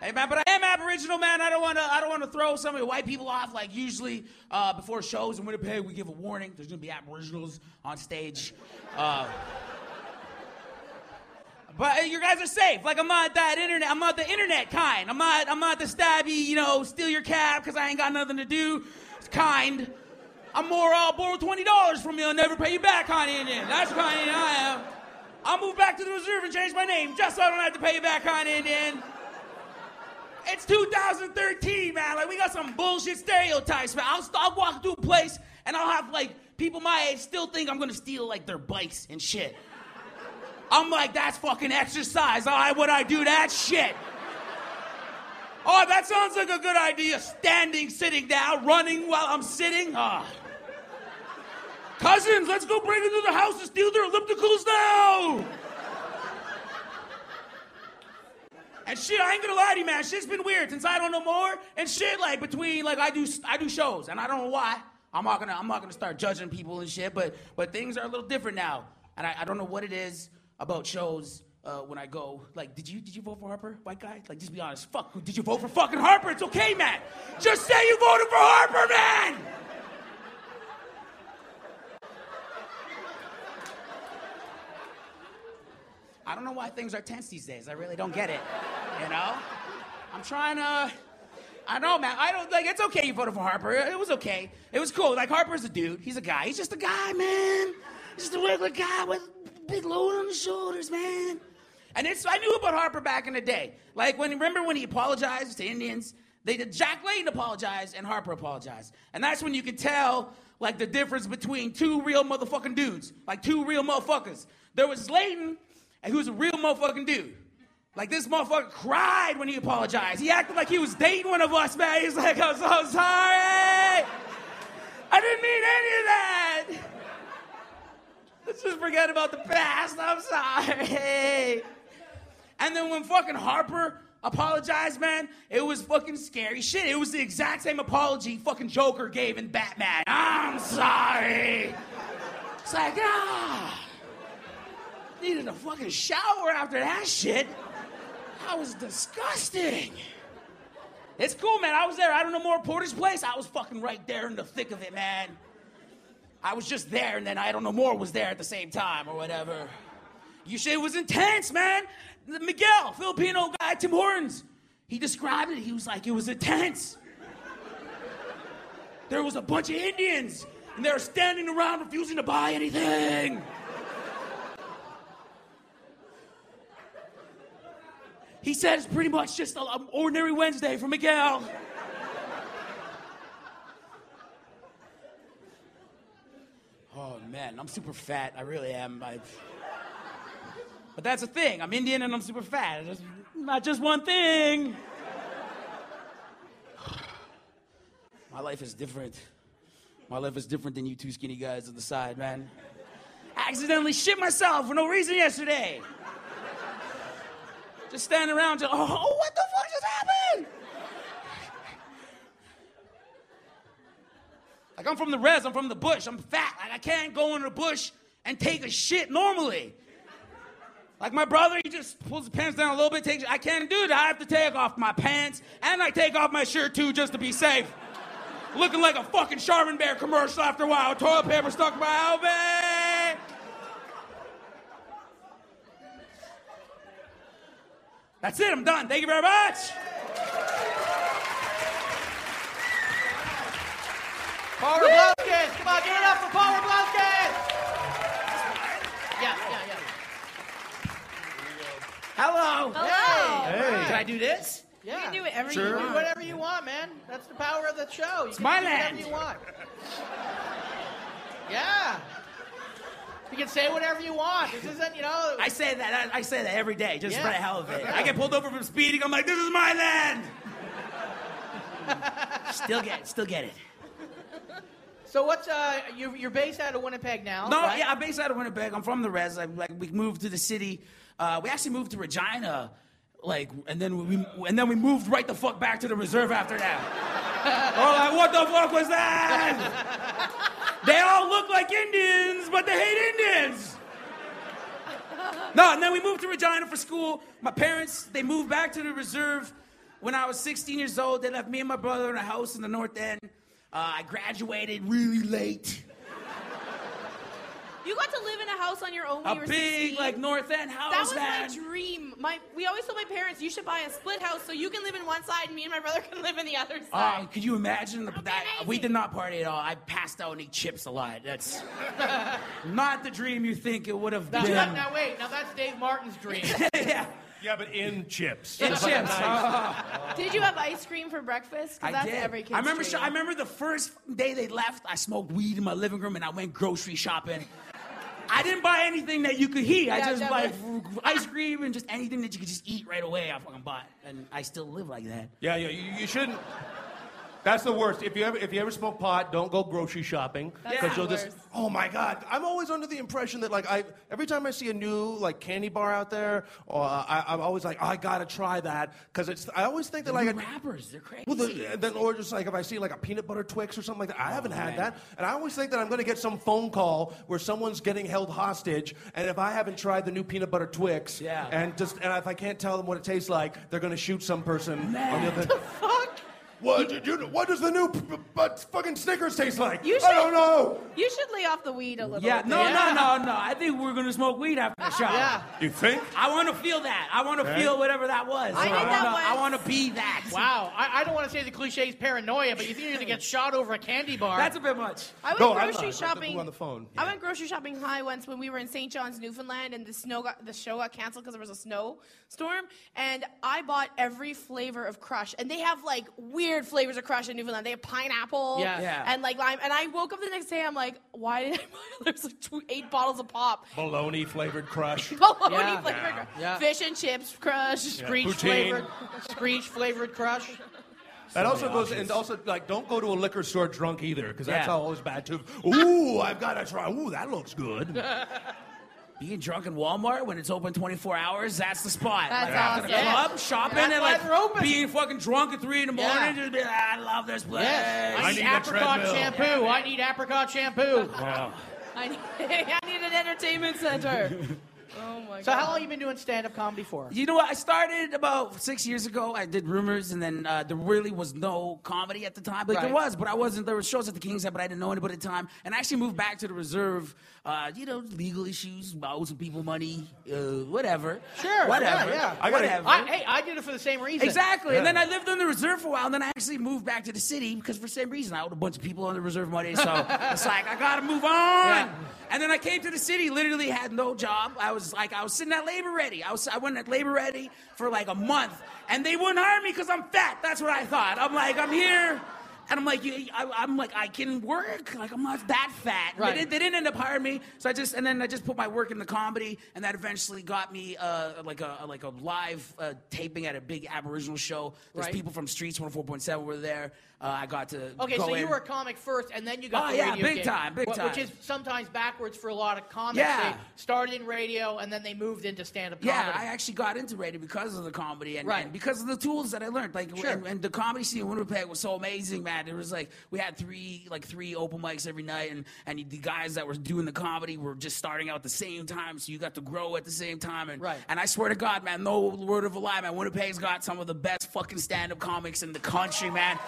S11: Hey man, but I am Aboriginal man. I don't want to. I don't want to throw some of the white people off. Like usually, uh, before shows in Winnipeg, we give a warning. There's gonna be Aboriginals on stage. Uh, but uh, you guys are safe. Like I'm not that internet. I'm not the internet kind. I'm not. I'm not the stabby. You know, steal your cab because I ain't got nothing to do. Kind. I'm more. I'll borrow twenty dollars from you and never pay you back, kind of Indian. That's the kind of Indian I am. I'll move back to the reserve and change my name just so I don't have to pay you back, kind of Indian. It's 2013, man. Like we got some bullshit stereotypes, man. I'll, st- I'll walk through a place and I'll have like people my age still think I'm gonna steal like their bikes and shit. I'm like, that's fucking exercise. I would I do that shit? Oh, that sounds like a good idea. Standing, sitting down, running while I'm sitting. Ah. Cousins, let's go break into the house and steal their ellipticals now. And shit, I ain't gonna lie to you, man. Shit's been weird since I don't know more. And shit, like between like I do I do shows, and I don't know why. I'm not gonna I'm not gonna start judging people and shit, but but things are a little different now. And I, I don't know what it is about shows uh, when I go. Like, did you did you vote for Harper, white guy? Like, just be honest. Fuck, who- did you vote for fucking Harper? It's okay, man. Just say you voted for Harper, man. I don't know why things are tense these days. I really don't get it. You know? I'm trying to. I know, man. I don't like. It's okay. You voted for Harper. It was okay. It was cool. Like Harper's a dude. He's a guy. He's just a guy, man. Just a regular guy with a big load on his shoulders, man. And it's. I knew about Harper back in the day. Like when remember when he apologized to Indians. They did. Jack Layton apologized and Harper apologized, and that's when you could tell like the difference between two real motherfucking dudes, like two real motherfuckers. There was Layton and he was a real motherfucking dude. Like this motherfucker cried when he apologized. He acted like he was dating one of us, man. He's like, I'm so sorry. I didn't mean any of that. Let's just forget about the past. I'm sorry. And then when fucking Harper apologized, man, it was fucking scary shit. It was the exact same apology fucking Joker gave in Batman. I'm sorry. It's like, ah. Needed a fucking shower after that shit. That was disgusting. It's cool, man. I was there. I don't know more Porter's place. I was fucking right there in the thick of it, man. I was just there, and then I don't know more was there at the same time or whatever. You shit was intense, man. Miguel, Filipino guy, Tim Hortons, he described it. He was like, it was intense. There was a bunch of Indians, and they were standing around refusing to buy anything. He said it's pretty much just an ordinary Wednesday for Miguel. Oh man, I'm super fat. I really am. I... But that's a thing. I'm Indian and I'm super fat. It's just- not just one thing. My life is different. My life is different than you two skinny guys on the side, man. I accidentally shit myself for no reason yesterday. Just standing around, just, oh, what the fuck just happened? Like, I'm from the res, I'm from the bush, I'm fat. Like, I can't go in the bush and take a shit normally. Like, my brother, he just pulls his pants down a little bit, takes, I can't do that. I have to take off my pants, and I take off my shirt too, just to be safe. Looking like a fucking Charmin Bear commercial after a while. Toilet paper stuck in my elbow. That's it, I'm done. Thank you very much.
S10: Power Blazkins! Come on, give it up for Power Blazkins! Yeah, yeah, yeah.
S11: Hello.
S10: Hello.
S11: Hey. Can I do this?
S10: Yeah.
S12: You can do
S10: whatever
S11: you Sure. want.
S10: Do whatever you want, man. That's the power of the show. You
S11: It's
S10: can
S11: my
S10: do
S11: land.
S10: Whatever you want. Yeah. You can say whatever you want. This isn't, you know.
S11: I say that. I, I say that every day, just
S10: Yeah.
S11: for the hell of it. I get pulled over for speeding. I'm like, this is my land. still get it. Still get it.
S10: So what's uh? You, you're based out of Winnipeg now.
S11: No,
S10: right?
S11: yeah, I'm based out of Winnipeg. I'm from the res. I, like, we moved to the city. Uh, we actually moved to Regina, like, and then we and then we moved right the fuck back to the reserve after that. oh, like, what the fuck was that? they all look like Indians, but they hate Indians. No, and then we moved to Regina for school. My parents, they moved back to the reserve when I was 16 years old. They left me and my brother in a house in the North End. Uh, I graduated really late.
S13: You got to live in a house on your own when
S11: A
S13: you were
S11: big,
S13: 16.
S11: like, North End house,
S13: That was
S11: man.
S13: my dream. My we always told my parents you should buy a split house so you can live in one side and me and my brother can live in the other
S11: Oh,
S13: side.
S11: could you imagine the, that? We did not party at all. I passed out and ate chips a lot. That's not the dream you think it would have
S10: Now,
S11: been.
S10: that- now wait, now that's Dave Martin's dream.
S11: yeah.
S7: Yeah, but in chips.
S11: In chips. Oh.
S13: Did you have ice cream for breakfast? 'Cause
S11: I
S13: that's
S11: did.
S13: every kid's
S11: I remember.
S13: dream.
S11: sh- I remember the first day they left. I smoked weed in my living room and I went grocery shopping. I didn't buy anything that you could heat. I
S13: Yeah,
S11: just
S13: that
S11: buy ice cream and just anything that you could just eat right away. I fucking bought, and I still live like that.
S7: Yeah, yeah, you, you shouldn't. That's the worst. If you ever if you ever smoke pot, don't go grocery shopping
S11: That's the
S7: you'll just.
S11: worst.
S7: Oh my God! I'm always under the impression that like I every time I see a new like candy bar out there, or uh, I, I'm always like I gotta try that because it's. I always think that like
S11: New rappers, they're crazy.
S7: Well, the, uh, then or just like if I see like a peanut butter Twix or something like that, I haven't had that, and I always think that I'm going to get some phone call where someone's getting held hostage, and if I haven't tried the new peanut butter Twix, yeah. and just and if I can't tell them what it tastes like, they're going to shoot some person. On the other,
S13: Fuck.
S7: what did you? What does the new p- p- but fucking Snickers taste like?
S13: You should,
S7: I don't know.
S13: You should lay off the weed a little.
S11: Yeah,
S13: bit.
S11: no, no, no, no. I think we're gonna smoke weed after the show.
S13: Yeah.
S7: You think?
S11: I want to feel that. I want to
S10: Okay.
S11: feel whatever that was.
S10: I did
S11: wanna,
S10: that once.
S11: I want to be that.
S10: Wow, I, I don't want to say the cliche is paranoia, but you think you're gonna get shot over a candy bar?
S11: That's a bit much.
S13: I went grocery shopping.
S7: on the phone.
S13: I went grocery shopping high once when we were in St. John's, Newfoundland, and the snow got, the show got canceled because there was a snow storm. And I bought every flavor of Crush, and they have like weird flavors of Crush in Newfoundland. They have pineapple
S14: Yeah. Yeah.
S13: and like lime. And I woke up the next day, I'm like, why did I buy there's like two, eight bottles of pop?
S14: Bologna flavored crush.
S13: Bologna flavored crush.
S14: Yeah.
S13: Fish and chips crush.
S10: Screech
S14: Poutine.
S10: flavored, screech flavored crush.
S14: That also goes, and also like, don't go to a liquor store drunk either, because that's
S10: Yeah.
S14: always bad too. Ooh, I've got to try. Ooh, that looks good.
S11: Being drunk in Walmart when it's open 24 hours, that's the spot.
S14: That's
S11: like, after the
S14: awesome.
S11: club,
S14: Yes.
S11: shopping,
S14: That's
S11: and
S14: why
S11: like
S14: they're open.
S11: being fucking drunk at 3 in the
S14: Yeah.
S11: morning, just be like, "Ah, I love this place.
S10: Yes. I, need, apricot shampoo. I need apricot shampoo.
S11: Wow.
S13: I need, I need an entertainment center. oh my
S10: So how long you been doing stand-up comedy for?
S11: You know what? I started about six years ago. I did rumors, and then uh, there really was no comedy at the time. Like
S10: Right.
S11: there was, but I wasn't. There were shows at the King's Head, but I didn't know anybody at the time. And I actually moved back to the reserve. Uh, you know, legal issues, I owed some people money, uh, whatever.
S10: Sure.
S11: whatever.
S10: Yeah. yeah.
S11: whatever.
S10: I, hey, I did it for the same reason.
S11: Exactly. And then I lived on the reserve for a while, and then I actually moved back to the city because for some reason I owed a bunch of people on the reserve money. So it's like I gotta move on. And then I came to the city, literally had no job. I was like, I was sitting at labor ready. I was I went at labor ready for like a month, and they wouldn't hire me because I'm fat. That's what I thought. I'm like, I'm here. And I'm like, you- I, I'm like, I can work. Like, I'm not that fat. They
S14: Right.
S11: didn't- they didn't end up hiring me, so I just and then I just put my work in the comedy, and that eventually got me uh, like a like a live uh, taping at a big Aboriginal show. There's
S10: Right.
S11: people from Streets 104.7 were there. Uh, I got to
S10: Okay,
S11: go
S10: so you
S11: in.
S10: were a comic first, and then you got
S11: Oh,
S10: the
S11: yeah,
S10: radio
S11: big
S10: gig,
S11: time, big
S10: wh- Which
S11: time.
S10: is sometimes backwards for a lot of comics.
S11: Yeah.
S10: They started in radio, and then they moved into stand-up
S11: yeah,
S10: comedy.
S11: I actually got into radio because of the comedy and,
S10: Right.
S11: and because of the tools that I learned. Like, and, and the comedy scene in Winnipeg was so amazing, man. It was like we had three, like three open mics every night, and and the guys that were doing the comedy were just starting out at the same time, so you got to grow at the same time. And
S10: Right.
S11: and I swear to God, man, no word of a lie, man. Winnipeg's got some of the best fucking stand-up comics in the country, man.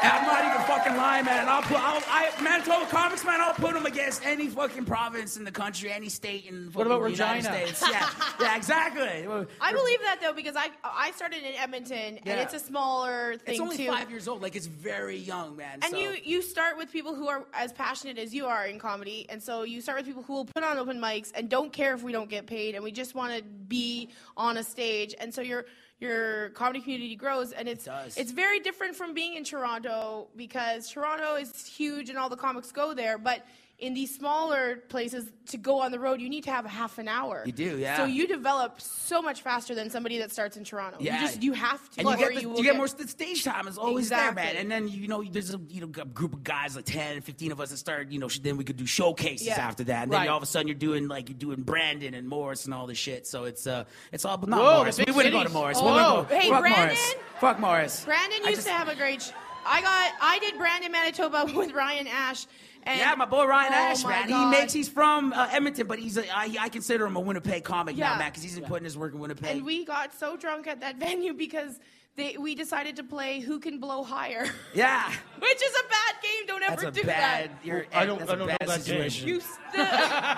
S11: And I'm not even fucking lying, man. And I'll put, I'll, I, Manitoba comics, man. I'll put them against any fucking province in the country, any state in the
S10: What about
S11: fucking United
S10: Regina?
S11: States. Yeah, yeah, exactly.
S13: I believe that though because I I started in Edmonton and
S11: Yeah.
S13: it's a smaller thing
S11: It's only
S13: too.
S11: five years old. Like it's very young, man.
S13: and
S11: so.
S13: you you start with people who are as passionate as you are in comedy, and so you start with people who will put on open mics and don't care if we don't get paid, and we just want to be on a stage, and so your your comedy community grows, and it's
S11: does.
S13: it's very different from being in Toronto because Toronto is huge and all the comics go there, but. In these smaller places, to go on the road, you need to have a half an hour.
S11: You do, yeah.
S13: So you develop so much faster than somebody that starts in Toronto.
S11: Yeah.
S13: You just you have to.
S11: And you
S13: or
S11: get, the,
S13: will
S11: you get more st- stage time. It's always there, man.
S13: Exactly.
S11: And then you know, there's a you know a group of guys like 10, 15 of us that started. You know, sh- then we could do showcases
S13: Yeah.
S11: after that. And then
S13: Right.
S11: all of a sudden you're doing like you're doing Brandon and Morris and all this shit. So it's uh it's all but not
S10: Whoa,
S11: Morris.
S10: the
S11: We
S10: big
S11: wouldn't go to
S10: cities.
S11: Morris.
S10: Oh,
S11: we wouldn't
S10: whoa.
S11: go-
S13: Hey,
S11: fuck
S13: Brandon?
S11: Morris. Fuck Morris.
S13: Brandon used to have a great. Sh- I got. I did Brandon Manitoba with Ryan Ash. And
S11: yeah, my boy Ryan
S13: Oh
S11: Ash,
S13: my
S11: man.
S13: God.
S11: He makes. He's from uh, Edmonton, but he's a, I, I consider him a Winnipeg comic now,
S13: Yeah.
S11: man, because he's been putting his work in Winnipeg.
S13: And we got so drunk at that venue because they we decided to play Who Can Blow Higher,
S11: yeah.
S13: which is a bad game. Don't ever
S11: That's a
S13: do
S11: bad.
S13: that.
S11: You're,
S14: I don't-
S11: that's
S14: I
S11: a
S14: don't know that
S11: bad
S14: game.
S11: situation.
S13: You st-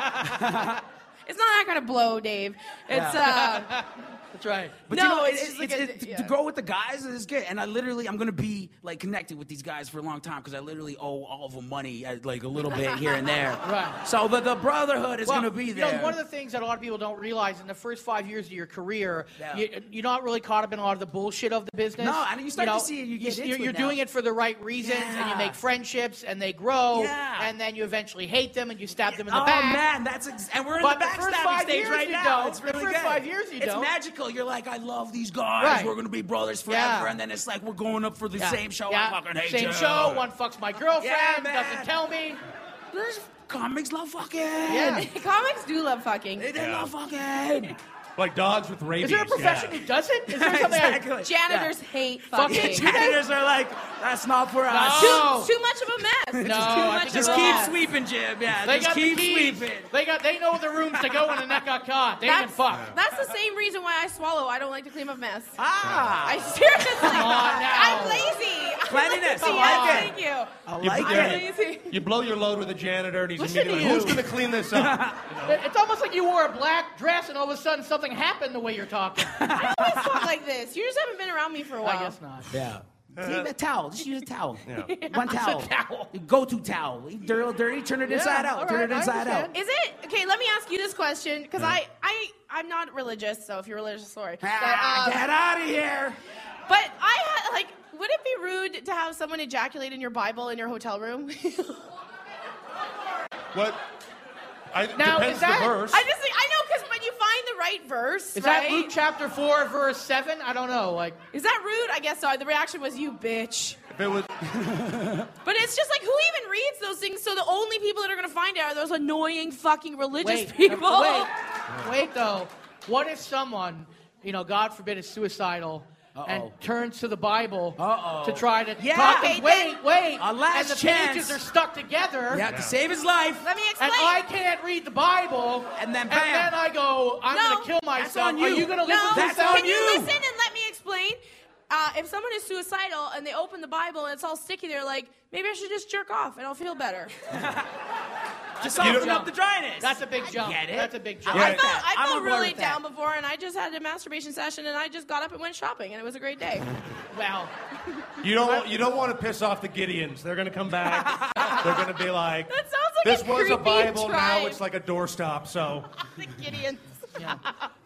S13: it's not that kind of blow, Dave. It's uh.
S10: That's right.
S11: But
S13: no,
S11: you know,
S13: it's,
S11: it's,
S13: just
S11: it's,
S13: like a-
S11: it- to-
S13: yeah.
S11: to grow with the guys is good. And I literally, I'm gonna be like connected with these guys for a long time because I literally owe all of them money, uh, like a little bit here and there.
S10: Right.
S11: So the, the brotherhood is
S10: Well,
S11: gonna be
S10: you
S11: there.
S10: know, one of the things that a lot of people don't realize in the first five years of your career,
S11: Yeah.
S10: you, you're not really caught up in a lot of the bullshit of the business.
S11: No, and you start to see it, you get
S10: you're,
S11: into it
S10: you're
S11: now.
S10: doing it for the right reasons, and you
S11: Yeah.
S10: make friendships, and they grow,
S11: Yeah.
S10: and then you eventually hate them, and you stab them in the
S11: oh
S10: back.
S11: man, that's ex- and we're in
S10: But
S11: the
S10: the first
S11: backstabbing
S10: five
S11: stage
S10: years
S11: right
S10: you
S11: now.
S10: don't.
S11: It's really
S10: The first
S11: good.
S10: five years you
S11: it's
S10: don't.
S11: magical. You're like, I love these guys.
S10: Right.
S11: We're gonna be brothers forever.
S10: Yeah.
S11: And then it's like we're going up for the
S10: Yeah.
S11: same show.
S10: Yeah.
S11: I fucking hate
S10: Same
S11: you.
S10: show. One fucks my girlfriend.
S11: Yeah, man.
S10: Doesn't tell me.
S11: There's comics love fucking.
S10: Yeah.
S13: Comics do love fucking.
S11: They, they
S14: Yeah.
S11: love fucking.
S14: Like dogs with rabies.
S10: Is there a profession who doesn't? Is there something?
S11: Exactly.
S13: Janitors hate
S11: Fucking
S13: fucking.
S11: janitors are like, that's not for us.
S10: No.
S13: Too, too much of a mess.
S10: No,
S13: too
S10: I
S13: much
S10: think
S13: of
S11: Just
S13: a
S11: keep
S13: mess.
S11: sweeping, Jim. Yeah,
S10: They
S11: just
S10: got
S11: keep
S10: the keys.
S11: sweeping.
S10: They got. They know the rooms to go when a nut got caught. They can
S13: That's-
S10: fuck.
S13: That's the same reason why I swallow. I don't like to clean up mess.
S11: Ah.
S13: I seriously.
S10: on now.
S13: I'm lazy. I'm
S11: Cleanliness,
S13: lazy.
S11: I like
S13: yes,
S11: it.
S13: Thank you.
S11: I
S14: You,
S11: like
S14: yeah.
S11: it.
S14: you blow your load with a janitor, and he's
S10: Listen to
S14: immediately,
S10: you.
S14: who's going to clean this up?
S10: It- It's almost like you wore a black dress and all of a sudden something happened the way you're talking.
S13: I always talk like this. You just haven't been around me for a while.
S10: I
S11: Oh.
S10: guess not.
S11: Yeah. Take a towel. Just use a towel.
S14: Yeah.
S11: One towel. Go to towel. Dirty, dirty. Turn it
S10: Yeah,
S11: inside out.
S10: all
S11: turn
S10: right,
S11: it
S10: I
S11: inside out.
S13: Is it okay? Let me ask you this question because I, I, I'm not religious. So if you're religious, sorry. But,
S11: Ah,
S13: um,
S11: get out of here.
S13: But I had like would it be rude to have someone ejaculate in your Bible in your hotel room?
S15: What? I, depends
S13: is that?
S15: the verse.
S13: I just think, I know because when you find the right verse,
S10: Is
S13: right?
S10: that Luke chapter 4, verse 7? I don't know. Like,
S13: Is that rude? I guess so. The reaction was, "You bitch."
S15: If it was,
S13: But it's just like who even reads those things? So the only people that are gonna find it are those annoying fucking religious
S10: wait,
S13: people.
S10: Wait, wait, though. What if someone, you know, God forbid, is suicidal and turns to the Bible to try to
S11: Yeah.
S10: talk
S11: Okay,
S10: him? Wait,
S11: then,
S10: wait.
S11: a last
S10: and the
S11: chance.
S10: pages are stuck together.
S11: Yeah, to Yeah. save his life.
S13: Let me explain.
S10: And I can't read the Bible.
S11: And then
S10: And
S11: bam.
S10: then I go, I'm
S13: No.
S10: going to kill myself. Are you going
S13: no,
S10: to listen to this?
S13: Can you. listen and let me explain? Uh, if someone is suicidal and they open the Bible and it's all sticky, they're like, maybe I should just jerk off and I'll feel better.
S11: Just
S10: You
S11: soften
S10: know-
S11: up the dryness.
S10: That's a big jump.
S11: Get it?
S10: That's a big
S11: I
S10: jump.
S11: like
S13: I felt,
S11: that.
S13: I
S11: I'm
S13: felt
S11: on board
S13: really
S11: with that.
S13: down before and I just had a masturbation session and I just got up and went shopping and it was a great day.
S10: Wow.
S15: you don't want, you don't want to piss off the Gideons. They're gonna come back. They're gonna be like,
S13: That sounds like
S15: this
S13: a
S15: was a
S13: creepy
S15: Bible. Now
S13: tribe.
S15: it's like a doorstop. So
S13: Gideons.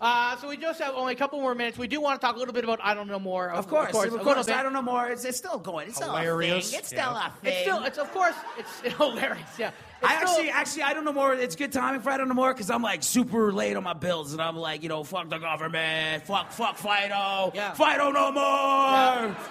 S10: Uh, so we just have only a couple more minutes. We do want to talk a little bit about I don't know more.
S11: Of course,
S10: of course,
S11: of
S10: a little
S11: course.
S10: bit.
S11: I don't know more. It's, it's still going. It's
S15: Hilarious.
S11: still a thing. It's
S15: Yeah.
S11: still a thing.
S10: It's still, it's of course, it's hilarious. Yeah. It's
S11: I
S10: still-
S11: actually, actually, I don't know more. It's good timing for I don't know more because I'm like super late on my bills, and I'm like, you know, fuck the government, fuck, fuck Fido,
S10: Yeah.
S11: Fido no more.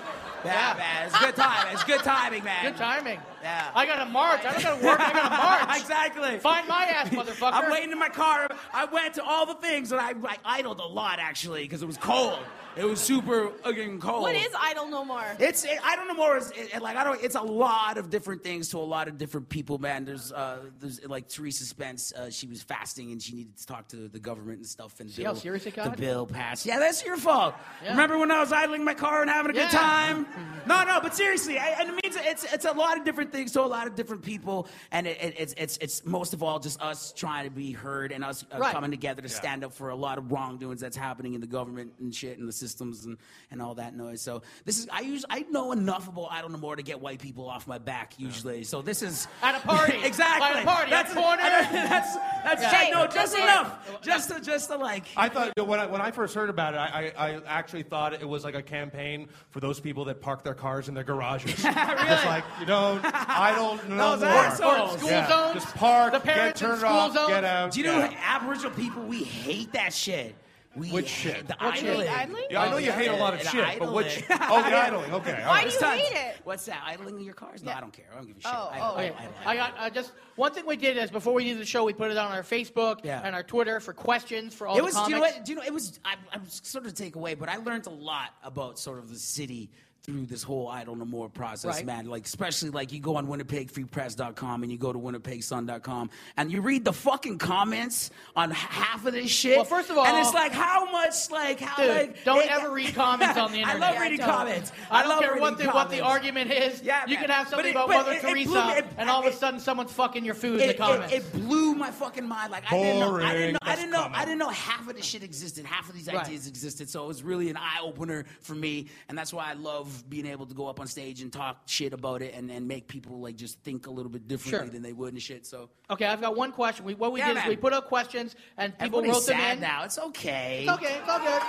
S10: Yeah.
S11: Yeah, man, it's good timing. It's good timing, man.
S10: Good timing.
S11: Yeah.
S10: I got to march. I don't got to work. I got to march.
S11: exactly.
S10: Find my ass, motherfucker.
S11: I'm waiting in my car. I went to all the things, and I, I idled a lot actually because it was cold. It was super again cold.
S13: What is Idle No More?
S11: It's it, I don't know more. It's, it, like I don't. It's a lot of different things to a lot of different people, man. There's uh, there's like Teresa Spence. Uh, she was fasting and she needed to talk to the government and stuff. And
S10: See
S11: bill,
S10: how serious it
S11: The
S10: got?
S11: bill passed. Yeah, that's your fault. Remember when I was idling my car and having a
S10: Yeah.
S11: good time? No, no, but seriously, I, and it means it's it's a lot of different things to a lot of different people, and it, it, it's it's it's most of all just us trying to be heard and us uh,
S10: Right.
S11: coming together to stand up for a lot of wrongdoings that's happening in the government and shit and the systems and, and all that noise. So this is I use I know enough about I don't know more to get white people off my back usually. So this is
S10: At a party.
S11: exactly
S10: At a party.
S11: That's
S10: At a corner.
S11: That's that's
S10: Yeah.
S11: I know just
S10: Hey,
S11: enough. Just to just to like
S15: I thought you know, when I when I first heard about it, I, I, I actually thought it was like a campaign for those people that park their cars in their garages. Just like you don't, I don't know
S11: Those
S15: more.
S11: assholes.
S10: School
S15: Yeah.
S10: zones.
S15: Just park,
S10: The
S15: get
S10: parents in
S15: turned
S10: school
S15: off,
S10: zones.
S15: get out.
S11: Do you know
S15: yeah.
S11: Aboriginal people? We hate that shit. We
S15: Which
S11: hate
S15: shit?
S11: The
S15: What
S11: idling.
S15: shit? Yeah, I know you hate a lot of
S11: The
S15: shit, but which-
S11: idling.
S15: oh, the idling, okay, all Why right. do you
S11: Tons.
S13: hate it?
S11: What's that? Idling in your cars? No, I don't care. I don't give a shit.
S13: Oh,
S11: I,
S13: oh,
S11: I,
S10: Okay. I got uh, just one thing we did is before we did the show, we put it on our Facebook
S11: Yeah.
S10: and our Twitter for questions for all
S11: it
S10: the
S11: was.
S10: comics.
S11: Do you know what? Do you know? It was. I, I'm sort of take away, but I learned a lot about sort of the city through this whole Idle No More process,
S10: Right.
S11: man. Like especially like you go on WinnipegFreePress.com and you go to WinnipegSun.com and you read the fucking comments on h- half of this shit.
S10: Well, first of all-
S11: and it's like how much like how
S10: Dude,
S11: like
S10: don't
S11: it-
S10: ever read comments on the
S11: I
S10: internet.
S11: love reading
S10: don't.
S11: comments.
S10: I don't
S11: love
S10: care what the
S11: reading
S10: what the
S11: comments.
S10: argument is.
S11: Yeah,
S10: you
S11: man.
S10: can have something
S11: But it-
S10: about
S11: but
S10: Mother
S11: it- it
S10: Teresa,
S11: blew me- it-
S10: and all of a sudden someone's fucking your food in the
S11: it, it,
S10: comments.
S11: it blew my fucking mind. Like I didn't know, I
S15: Boring.
S11: didn't know, I
S15: That's
S11: didn't know,
S15: common.
S11: I didn't know half of the shit existed. Half of these
S10: Right.
S11: ideas existed. So it was really an eye opener for me, and that's why I love being able to go up on stage and talk shit about it and, and make people like just think a little bit differently
S10: Sure.
S11: than they would and shit. So
S10: okay, I've got one question. We, what we
S11: Yeah,
S10: did is
S11: man.
S10: we put up questions and people
S11: everybody's
S10: wrote them
S11: sad
S10: in.
S11: now. It's okay.
S10: It's okay. It's all good.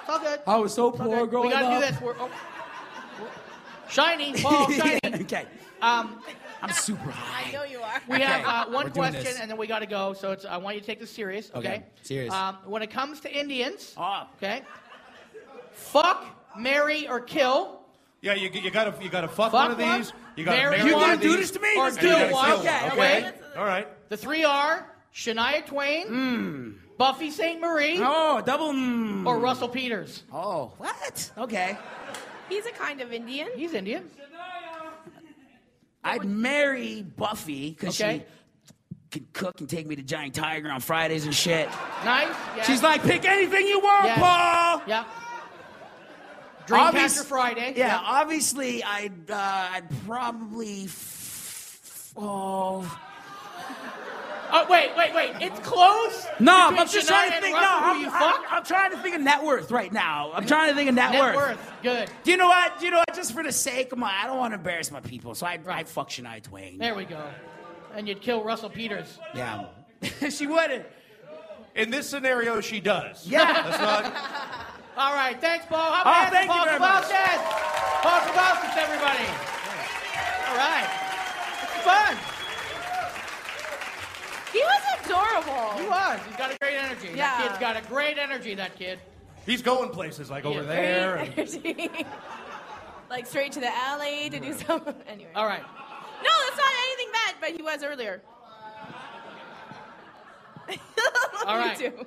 S10: It's all good.
S11: I was so
S10: It's all
S11: poor
S10: good.
S11: growing
S10: We gotta
S11: up.
S10: do Oh, this. We're, oh. Shiny, Paul, shiny.
S11: okay.
S10: Um,
S11: I'm super high.
S13: I know you are.
S10: We
S11: Okay.
S10: have uh, one
S11: We're doing
S10: question,
S11: this.
S10: and then we got to go. So it's, I want you to take this serious, okay?
S11: Okay, serious.
S10: Um, when it comes to Indians,
S11: Ah.
S10: okay, fuck, marry, or kill.
S15: Yeah, you, you gotta you gotta fuck,
S10: Fuck
S15: one of
S10: one,
S15: these. You gotta
S10: marry
S15: marry
S10: one.
S15: one
S10: You
S15: of
S10: gonna do
S15: these,
S10: this to me?
S15: or
S10: Let's
S15: you
S10: do
S15: gotta
S10: it. One.
S15: kill
S10: Okay,
S15: Okay.
S10: okay.
S15: All right.
S10: The three are Shania Twain, Buffy St. Marie,
S11: Hmm. Oh, double. Mm.
S10: or Russell Peters.
S11: Oh, what? Okay.
S13: He's a kind of Indian.
S10: He's Indian.
S11: I'd marry Buffy because
S10: Okay.
S11: she can cook and take me to Giant Tiger on Fridays and shit.
S10: Nice. Yeah.
S11: She's like, pick anything you want,
S10: Yeah.
S11: Paul.
S10: yeah.
S11: Obvious-
S10: Dreamcatcher Friday.
S11: Yeah, obviously, I'd uh, I'd probably. F- oh.
S10: Oh wait, wait, wait. It's close.
S11: No, I'm
S10: between
S11: just
S10: Shania
S11: trying to
S10: and
S11: think. No,
S10: Russell, who
S11: I'm,
S10: you
S11: I'm,
S10: fuck?
S11: I'm trying to think of net worth right now. I'm trying to think of net,
S10: Net worth. Good.
S11: Do you know what? Do you know what? Just for the sake of my, I don't want to embarrass my people, so I I fuck Shania Twain.
S10: There we go. And you'd kill Russell Peters.
S11: Yeah, she wouldn't.
S15: In this scenario, she does.
S11: Yeah.
S15: That's not.
S10: All right, thanks, Paul. How
S11: Oh,
S10: about
S11: thank you
S10: Paul
S11: very
S10: Sanchez? Paul Kowalskis, everybody. All right. It's fun.
S13: He was adorable.
S10: He was. He's got a great energy.
S13: Yeah.
S10: That kid's got a great energy, that kid.
S15: He's going places like over
S10: Yeah.
S15: there. and-
S13: like straight to the alley to do some. Anyway.
S10: All right.
S13: No, that's not anything bad, but he was earlier.
S10: All
S13: You
S10: right.
S13: too.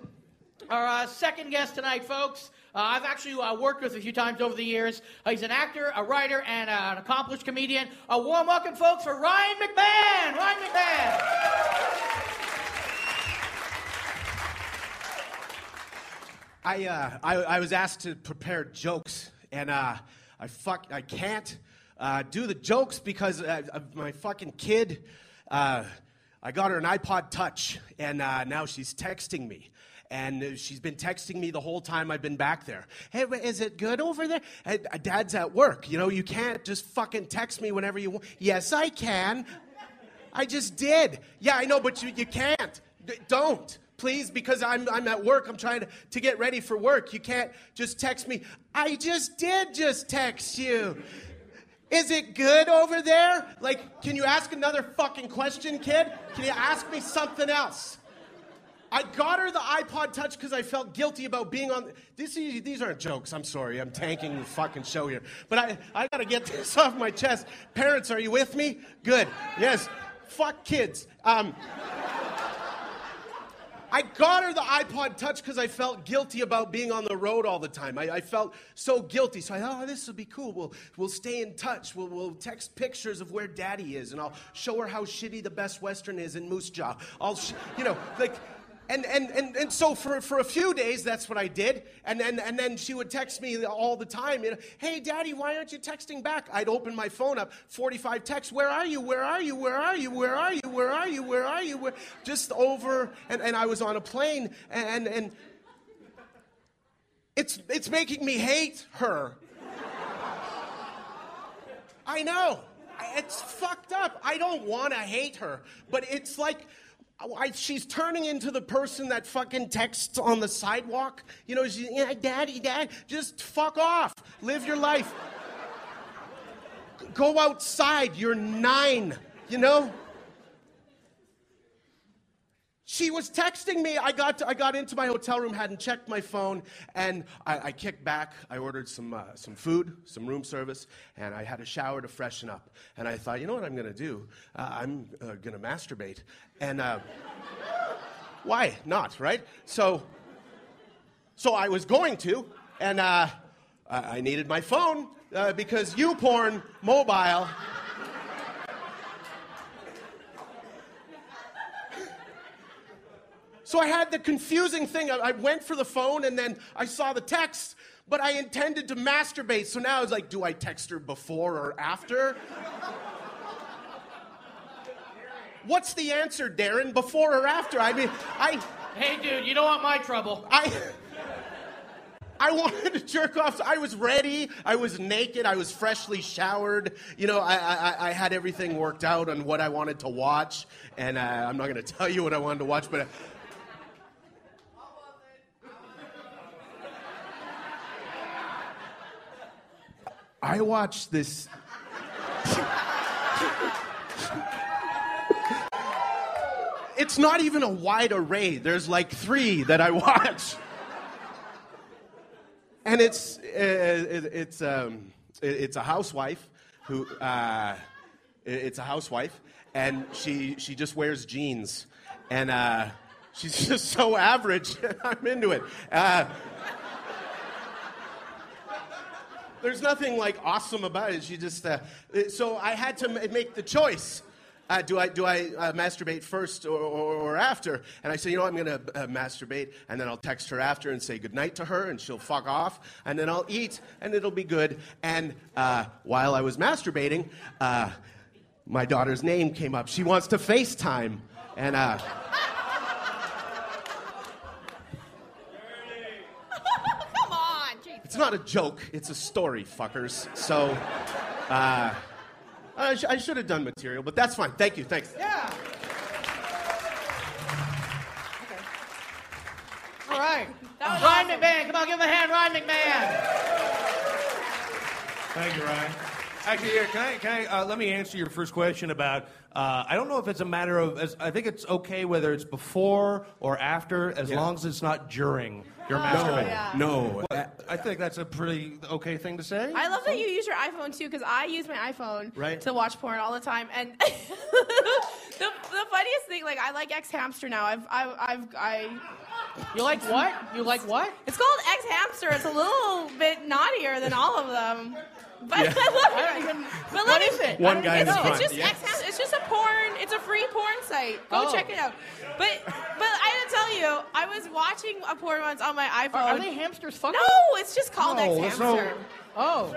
S10: Our uh, second guest tonight, folks, uh, I've actually uh, worked with a few times over the years. Uh, he's an actor, a writer, and uh, an accomplished comedian. A warm welcome, folks, for Ryan McMahon. Ryan McMahon.
S16: I, uh, I, I was asked to prepare jokes, and uh, I fuck, I can't uh, do the jokes because uh, of my fucking kid. Uh, I got her an iPod Touch, and uh, now she's texting me. And uh, she's been texting me the whole time I've been back there. Hey, wh- is it good over there? Hey, uh, Dad's at work. You know, you can't just fucking text me whenever you want. Yes, I can. I just did. Yeah, I know, but you, you can't. D- don't. Please, because I'm, I'm at work. I'm trying to, to get ready for work. You can't just text me. I just did just text you. Is it good over there? Like, can you ask another fucking question, kid? Can you ask me something else? I got her the iPod Touch because I felt guilty about being on. This, is- these aren't jokes. I'm sorry. I'm tanking the fucking show here. But I, I got to get this off my chest. Parents, are you with me? Good. Yes. Fuck kids. Um, I got her the iPod Touch because I felt guilty about being on the road all the time. I, I felt so guilty. So I thought, oh, this will be cool. We'll, we'll stay in touch. We'll, we'll text pictures of where daddy is, and I'll show her how shitty the Best Western is in Moose Jaw. I'll, sh- you know, like. And, and, and, and so for, for a few days, that's what I did. And then, and then she would text me all the time, you know, hey, daddy, why aren't you texting back? I'd open my phone up, 45 texts, where are you? Where are you? Where are you? Where are you? Where are you? Where are you? Where? Just over. And, and I was on a plane, and, and it's, it's making me hate her. I know. I- It's fucked up. I don't want to hate her, but it's like I, she's turning into the person that fucking texts on the sidewalk. You know, she, yeah, daddy, dad, just fuck off. Live your life. Go outside. You're nine, you know? She was texting me. I got, to, I got into my hotel room, hadn't checked my phone, and I, I kicked back. I ordered some, uh, some food, some room service, and I had a shower to freshen up. And I thought, you know what I'm going to do? Uh, I'm uh, going to masturbate. And uh, why not, right? So, so I was going to, and uh, I, I needed my phone uh, because YouPorn Mobile. So I had the confusing thing. I, I went for the phone and then I saw the text, but I intended to masturbate. So now it's like, do I text her before or after? What's the answer, Darren? Before or after? I mean, I.
S10: Hey, dude, you don't want my trouble.
S16: I. I wanted to jerk off. So I was ready. I was naked. I was freshly showered. You know, I, I, I- I had everything worked out on what I wanted to watch. And uh, I'm not going to tell you what I wanted to watch, but. uh, I watched this. it's not even a wide array. There's like three that I watch, and it's uh, it, it's um, it- it's a housewife who uh, it- it's a housewife, and she she just wears jeans, and uh, she's just so average. I'm into it. Uh, there's nothing like awesome about it. She just uh, so I had to ma- make the choice. Uh, do I do I uh, masturbate first or, or, or after? And I said, you know, what, I'm gonna uh, masturbate, and then I'll text her after and say goodnight to her, and she'll fuck off, and then I'll eat, and it'll be good. And uh, while I was masturbating, uh, my daughter's name came up. She wants to FaceTime, and. Uh,
S13: Come on. Jesus.
S16: It's not a joke. It's a story, fuckers. So, uh, I, sh- I should have done material, but that's fine. Thank you. Thanks.
S10: Yeah. All right. Ryan McMahon, come on, give him a hand, Ryan McMahon.
S7: Thank you, Ryan. Actually, here, can I, can I uh, let me answer your first question about. Uh, I don't know if it's a matter of. As, I think it's okay whether it's before or after, as long as it's not during your
S13: Oh,
S7: masturbation.
S13: yeah.
S7: No, I think that's a pretty okay thing to say.
S13: I love that you use your iPhone too, because I use my iPhone
S7: Right.
S13: to watch porn all the time. And the, the funniest thing, like I like X Hamster now. I've I, I've I.
S10: You like what? You like what?
S13: It's called X Hamster. It's a little bit naughtier than all of them. But
S10: Yeah.
S13: I love
S10: I don't
S13: it.
S10: even-
S13: But
S10: What
S13: let me-
S10: is it? One guy
S13: it's,
S10: at
S13: it's
S10: a time.
S13: just
S10: Yeah.
S13: X Hamster. It's just a porn. It's a free porn site. Go
S10: Oh.
S13: check it out. But but I had to tell you, I was watching a porn once on my iPhone.
S10: Are- are they hamsters fucking?
S13: No, it's just called
S10: No,
S13: X
S10: it's no-
S13: Hamster.
S10: Oh.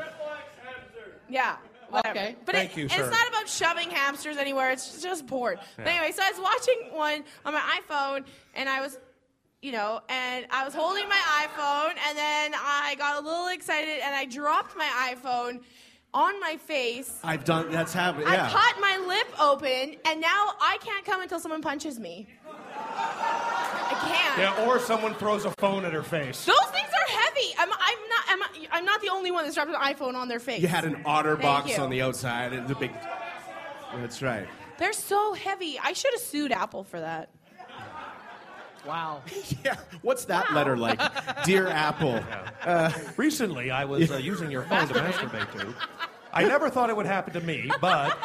S13: Yeah. Whatever.
S10: Okay.
S13: But
S10: Thank
S13: it,
S10: you,
S13: and
S10: sir.
S13: it's not about shoving hamsters anywhere. It's just bored. But
S10: Yeah.
S13: anyway, so I was watching one on my iPhone, and I was, you know, and I was holding my iPhone, and then I got a little excited, and I dropped my iPhone on my face.
S16: I've done. That's happened.
S13: I
S16: Yeah.
S13: cut my lip open, and now I can't come until someone punches me. I can't.
S7: Yeah, or someone throws a phone at her face.
S13: Those things are heavy. I'm, I'm not. I'm, not- I'm not the only one that's dropped an iPhone on their face.
S16: You had an otter
S13: Thank
S16: box
S13: you.
S16: on the outside. It was a big. That's right.
S13: They're so heavy. I should have sued Apple for that.
S10: Wow.
S16: yeah. What's that letter like? Dear Apple.
S7: Uh, Recently, I was uh, using your phone to masturbate to. I never thought it would happen to me, but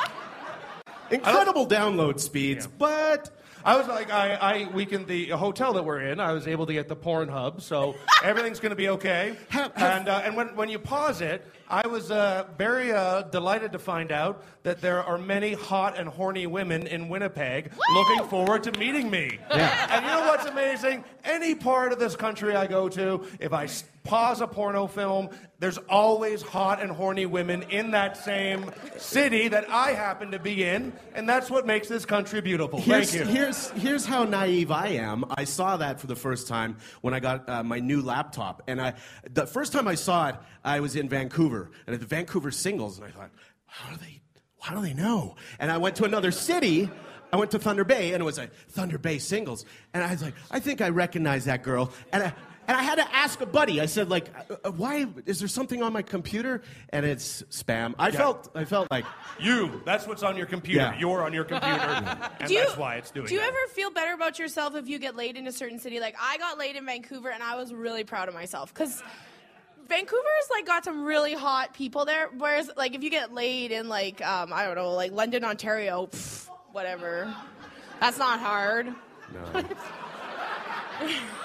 S16: incredible download speeds.
S7: But I was like, I, I we can the hotel that we're in. I was able to get the Pornhub, so everything's going to be okay. and uh, and when when you pause it, I was uh, very uh, delighted to find out that there are many hot and horny women in Winnipeg looking forward to meeting me.
S16: Yeah.
S7: And you know what's amazing? Any part of this country I go to, if I s- pause a porno film, there's always hot and horny women in that same city that I happen to be in, and that's what makes this country beautiful.
S16: Here's,
S7: Thank you.
S16: here's here's how naive I am. I saw that for the first time when I got uh, my new laptop, and I the first time I saw it, I was in Vancouver and at the Vancouver Singles, and I thought, how do they how do they know? And I went to another city. I went to Thunder Bay, and it was a Thunder Bay Singles, and I was like, I think I recognize that girl, and I. And I had to ask a buddy. I said, like, uh, uh, why is there something on my computer? And it's spam. I
S7: Yeah.
S16: felt, I felt like
S7: you. That's what's on your computer.
S16: Yeah.
S7: You're on your computer, and
S13: Do you-
S7: that's why it's doing.
S13: Do you
S7: that.
S13: ever feel better about yourself if you get laid in a certain city? Like I got laid in Vancouver, and I was really proud of myself because Vancouver's like got some really hot people there. Whereas, like if you get laid in like um, I don't know, like London, Ontario, pff, whatever, that's not hard.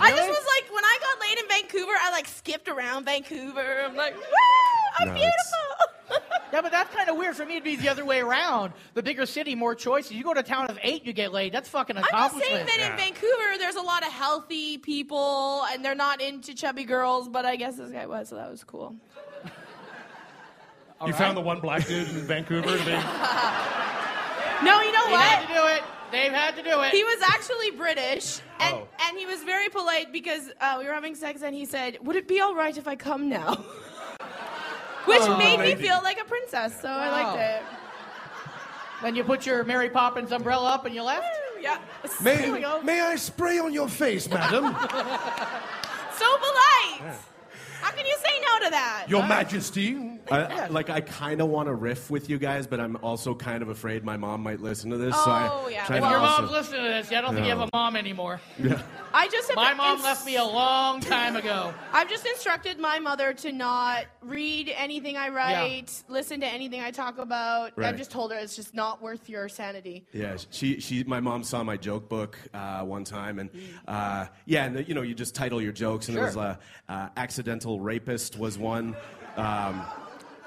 S13: I just was like, when I got laid in Vancouver, I like skipped around Vancouver. I'm like, woo, I'm
S16: No,
S13: beautiful.
S16: it's-
S10: yeah, but that's kind of weird. For me, it'd be the other way around. The bigger city, more choices. You go to a town of eight, you get laid. That's fucking
S13: I'm just saying
S10: accomplishment.
S13: that in Vancouver, there's a lot of healthy people, and they're not into chubby girls. But I guess this guy was, so that was cool.
S7: You found the one black dude in Vancouver to be.
S13: No, you know
S10: They
S13: what?
S10: had to do it. They've had to do it.
S13: He was actually British, and,
S10: Oh.
S13: and he was very polite because uh, we were having sex, and he said, "Would it be all right if I come now?" Which
S10: Oh,
S13: made
S10: lady.
S13: me feel like a princess, so I liked
S10: Wow.
S13: it.
S10: Then you put your Mary Poppins umbrella up and you left.
S13: Yeah.
S10: There we
S7: May,
S10: go.
S7: may I spray on your face, madam?
S13: So polite. How can you say no to that?
S7: Your Majesty.
S16: I, like I kind of want to riff with you guys, but I'm also kind of afraid my mom might listen to this. so I
S13: Oh, yeah.
S16: try
S10: If
S16: to
S10: your
S16: also-
S10: mom's listening to this, I don't think you have a mom anymore.
S16: Yeah.
S13: I just have
S10: My
S13: to
S10: mom
S13: ins-
S10: left me a long time ago.
S13: I've just instructed my mother to not read anything I write, listen to anything I talk about.
S16: Right.
S13: I've just told her it's just not worth your sanity.
S16: Yeah, she, she, my mom saw my joke book uh, one time, and uh, yeah, and you know, you just title your jokes, and it was
S13: Mm. Sure.
S16: uh, uh, accidental rapist was one, um,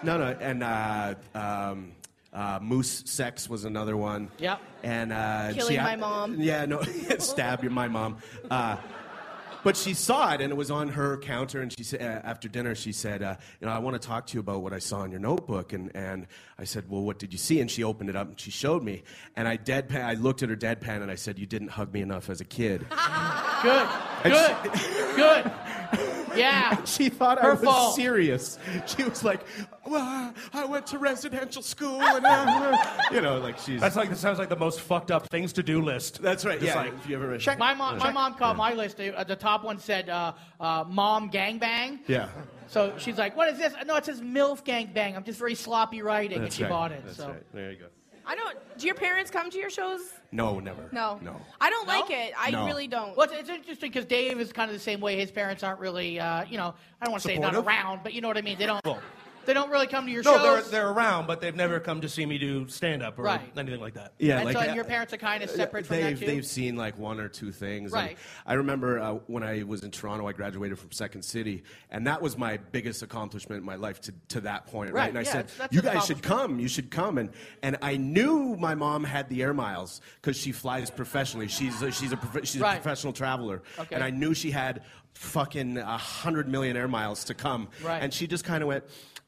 S16: no, no, and uh, um, uh, moose sex was another one.
S10: Yep.
S16: And uh,
S13: Killing
S16: she-
S13: my mom.
S16: Yeah, no, stab your my mom. Uh, but she saw it, and it was on her counter. And she said, uh, after dinner, she said, uh, "You know, I want to talk to you about what I saw in your notebook." And and I said, "Well, what did you see?" And she opened it up and she showed me. And I deadpan, I looked at her deadpan, and I said, "You didn't hug me enough as a kid."
S10: Good,
S16: And
S10: good, good. Yeah.
S17: she thought I
S10: Her
S17: was
S10: fault.
S17: serious. She was like, well, I went to residential school and. uh, you know, like she's.
S15: That's like, that sounds like the most fucked up things to do list.
S17: That's right,
S15: Just
S17: yeah,
S15: Like,
S17: if you ever-
S10: my mom, my
S15: Check.
S10: mom called my list. uh, The top one said uh, uh, "mom gangbang."
S17: Yeah.
S10: So she's like, "What is this?" No, it says "milf gangbang." I'm just very sloppy writing, and
S17: That's
S10: she
S17: right.
S10: bought it.
S17: That's
S10: so.
S17: right. There you go.
S13: I don't. Do your parents come to your shows?
S17: No, never.
S13: No.
S17: No.
S13: I don't like it. I
S17: No.
S13: really don't.
S10: Well, it's, it's interesting because Dave is kind of the same way. His parents aren't really, uh, you know, I don't want to say not
S15: Supportive?
S10: around, but you know what I mean. They don't. They don't really come to your
S15: no, they're,
S10: shows.
S15: they're around, but they've never come to see me do stand up or
S10: Right.
S15: anything like that.
S16: Yeah,
S10: and
S16: like,
S10: so
S16: uh,
S10: your parents are kind of
S16: Yeah,
S10: separate from
S16: Uh, they've
S10: that too.
S16: they've seen like one or two things. And
S10: Right.
S16: I remember uh, when I was in Toronto, I graduated from Second City, and that was my biggest accomplishment in my life to, to that point. Right.
S10: Right,
S16: And I
S10: yeah,
S16: said,
S10: that's- that's
S16: "You
S10: an
S16: guys should come. You should come." And and I knew my mom had the air miles because she flies professionally. She's a, she's a prof- she's
S10: Right.
S16: a professional traveler,
S10: Okay.
S16: and I knew she had fucking a hundred million air miles to come.
S10: Right.
S16: And she just kind of went,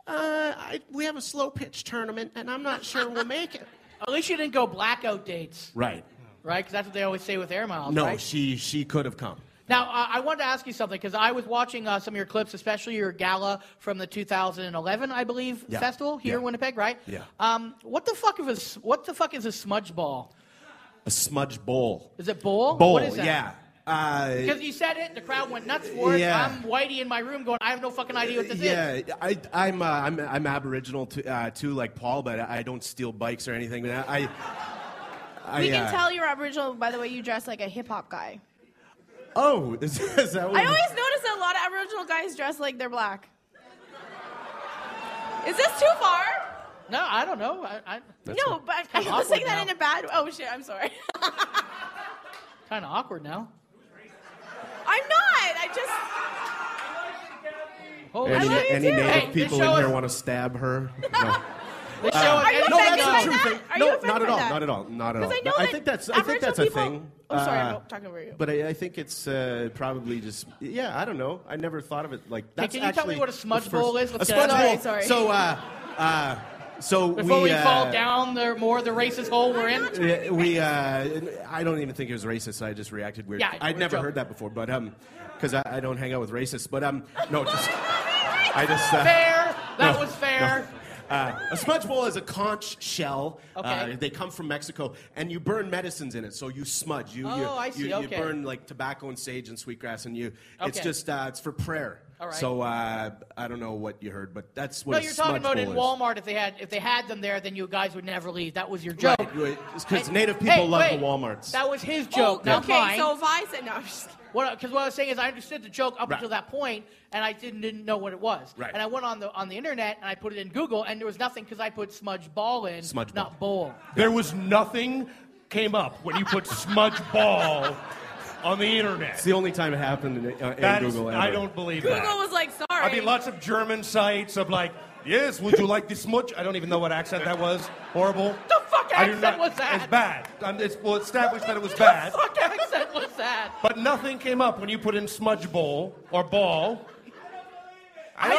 S17: Uh, I, we have a slow pitch tournament, and I'm not sure we'll make it.
S10: At least you didn't go blackout dates,
S16: "Right."
S10: right? Because that's what they always say with air miles.
S16: No,
S10: right?
S16: she she could have come.
S10: Now, uh, I wanted to ask you something because I was watching uh, some of your clips, especially your gala from the 2011, I believe,
S16: Yeah.
S10: festival here
S16: Yeah.
S10: in Winnipeg, right?
S16: Yeah.
S10: Um, what the fuck of a s- what the fuck is a smudge ball?
S16: A smudge bowl.
S10: Is it bowl?
S16: Bowl.
S10: What is that?
S16: Yeah. Uh,
S10: Because you said it, and the crowd went nuts for it.
S16: Yeah.
S10: I'm Whitey in my room going, I have no fucking idea what this is.
S16: yeah, I, I'm, uh, I'm I'm Aboriginal too, uh, too, like Paul, but I don't steal bikes or anything. But I, I,
S13: we
S16: I,
S13: can
S16: uh,
S13: tell you're Aboriginal by the way you dress like a hip hop guy.
S16: Oh, is, is that what?
S13: I always notice that a lot of Aboriginal guys dress like they're black. Is this too far?
S10: No, I don't know. I, I,
S13: no, but I
S10: kinda
S13: was saying
S10: awkward
S13: that
S10: now.
S13: in a bad. Oh shit! I'm sorry.
S10: Kind of awkward now.
S13: I'm not. I just.
S10: Holy
S16: Any,
S10: shit.
S16: any native
S10: Hey, this
S16: people
S10: show
S16: in here
S10: is-
S16: want to stab her? No.
S10: This
S16: Uh,
S10: show is-
S16: no,
S10: Are you offended
S16: that's
S10: by
S16: a true
S10: that?
S16: thing.
S10: Are you
S16: No,
S10: offended
S16: not at
S10: by
S16: all.
S10: that?
S16: Not at all. Not at all.
S13: 'Cause I know
S16: I
S13: that
S16: think that's. I think
S13: Aboriginal
S16: that's a
S13: people-
S16: thing.
S10: Oh,
S13: I'm sorry, I'm
S16: Uh,
S13: talking over you.
S16: But I, I think it's uh, probably just. Yeah, I don't know. I never thought of it like. That's
S10: can you tell me
S16: actually
S10: what a
S16: the
S10: smudge
S16: first-
S10: bowl is?
S16: A
S10: Let's
S16: smudge
S10: get it.
S16: bowl.
S10: Sorry, sorry.
S16: So, uh, uh, so
S10: Before we,
S16: uh,
S10: fall down the more the racist hole we're in.
S16: Yeah, we, uh, I don't even think it was racist. I just reacted weird.
S10: Yeah, I know,
S16: I'd
S10: we're
S16: never
S10: joking.
S16: heard that before, but um, because I, I don't hang out with racists. But um, no, just I just uh,
S10: fair. That was fair.
S16: no. Uh, a smudge bowl is a conch shell.
S10: Okay.
S16: Uh, they come from Mexico, and you burn medicines in it. So you smudge. You, you,
S10: Oh, I see,
S16: you, you
S10: okay.
S16: burn like tobacco and sage and sweetgrass, and you. It's
S10: Okay.
S16: just uh, it's for prayer.
S10: All right.
S16: So uh, I don't know what you heard, but that's what
S10: no,
S16: a
S10: you're
S16: smudge
S10: talking about in
S16: bowl is.
S10: Walmart. If they had if they had them there, then you guys would never leave. That was your joke.
S16: Right, because
S10: Hey,
S16: native people
S10: hey,
S16: love
S10: wait.
S16: the Walmarts.
S10: That was his
S16: Oh,
S10: joke, not
S13: Oh, okay,
S10: mine.
S13: so if I said no, I'm just
S10: What? Because what I was saying is I understood the joke up
S16: Right.
S10: until that point, and I didn't didn't know what it was.
S16: Right.
S10: And I went on the on the internet and I put it in Google, and there was nothing because I put smudge ball in,
S16: Smudge
S10: not bowl.
S15: There was nothing came up when you put smudge ball on the internet.
S16: It's the only time it happened in, uh, in
S15: That is-
S16: Google.
S15: I
S16: ever.
S15: don't believe
S13: Google
S15: that.
S13: was like, sorry.
S15: I mean, lots of German sites of like, yes, would you like this much? I don't even know what accent that was. Horrible. The
S10: fuck accent was that?
S15: It's bad. Um, it's well established that it was bad.
S10: What the fuck accent was that?
S15: But nothing came up when you put in smudge bowl or ball. I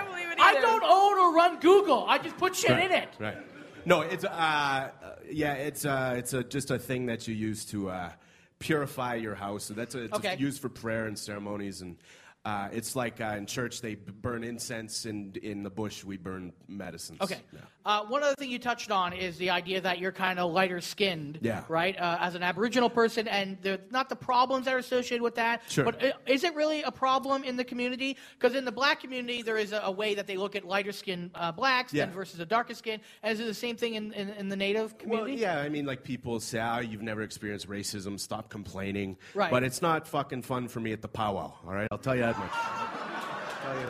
S15: don't know.
S10: I don't own or run Google. I just put shit
S16: Right,
S10: in it.
S16: Right. No, it's uh, uh, yeah, it's uh, it's a, just a thing that you use to uh, purify your house. So that's a, it's
S10: Okay.
S16: used for prayer and ceremonies, and uh, it's like uh, in church they b- burn incense, and in the bush we burn medicines.
S10: Okay. Uh, one other thing you touched on is the idea that you're kind of lighter skinned,
S16: Yeah.
S10: right? Uh, as an Aboriginal person, and the, not the problems that are associated with that.
S16: Sure.
S10: But i- is it really a problem in the community? Because in the black community, there is a, a way that they look at lighter skinned uh, blacks
S16: Yeah.
S10: than versus a darker skin. And is it the same thing in, in, in the native
S16: Well,
S10: community?
S16: yeah, I mean, like people say, "Ah, you've never experienced racism. Stop complaining."
S10: Right.
S16: But it's not fucking fun for me at the powwow. All right, I'll tell you that much.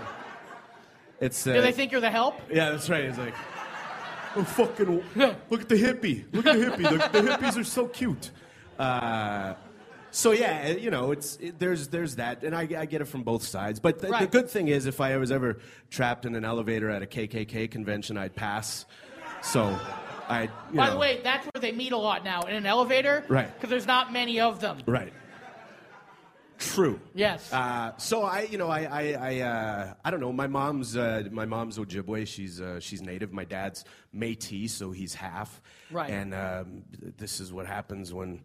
S16: It's. Uh,
S10: Do they think you're the help?
S16: Yeah, that's right. It's like, oh, fucking, look at the hippie. Look at the hippie. Look, the hippies are so cute. Uh, so yeah, you know, it's it, there's there's that, and I, I get it from both sides. But the, the
S10: Right.
S16: good thing is, if I was ever trapped in an elevator at a KKK convention, I'd pass. So, I. You
S10: By
S16: know,
S10: the way, that's where they meet a lot now in an elevator.
S16: Right.
S10: Because there's not many of them.
S16: Right. True.
S10: Yes.
S16: Uh, so I, you know, I, I, I, uh, I don't know. My mom's, uh, my mom's Ojibwe. She's, uh, she's native. My dad's Métis, so he's half.
S10: Right.
S16: And um, this is what happens when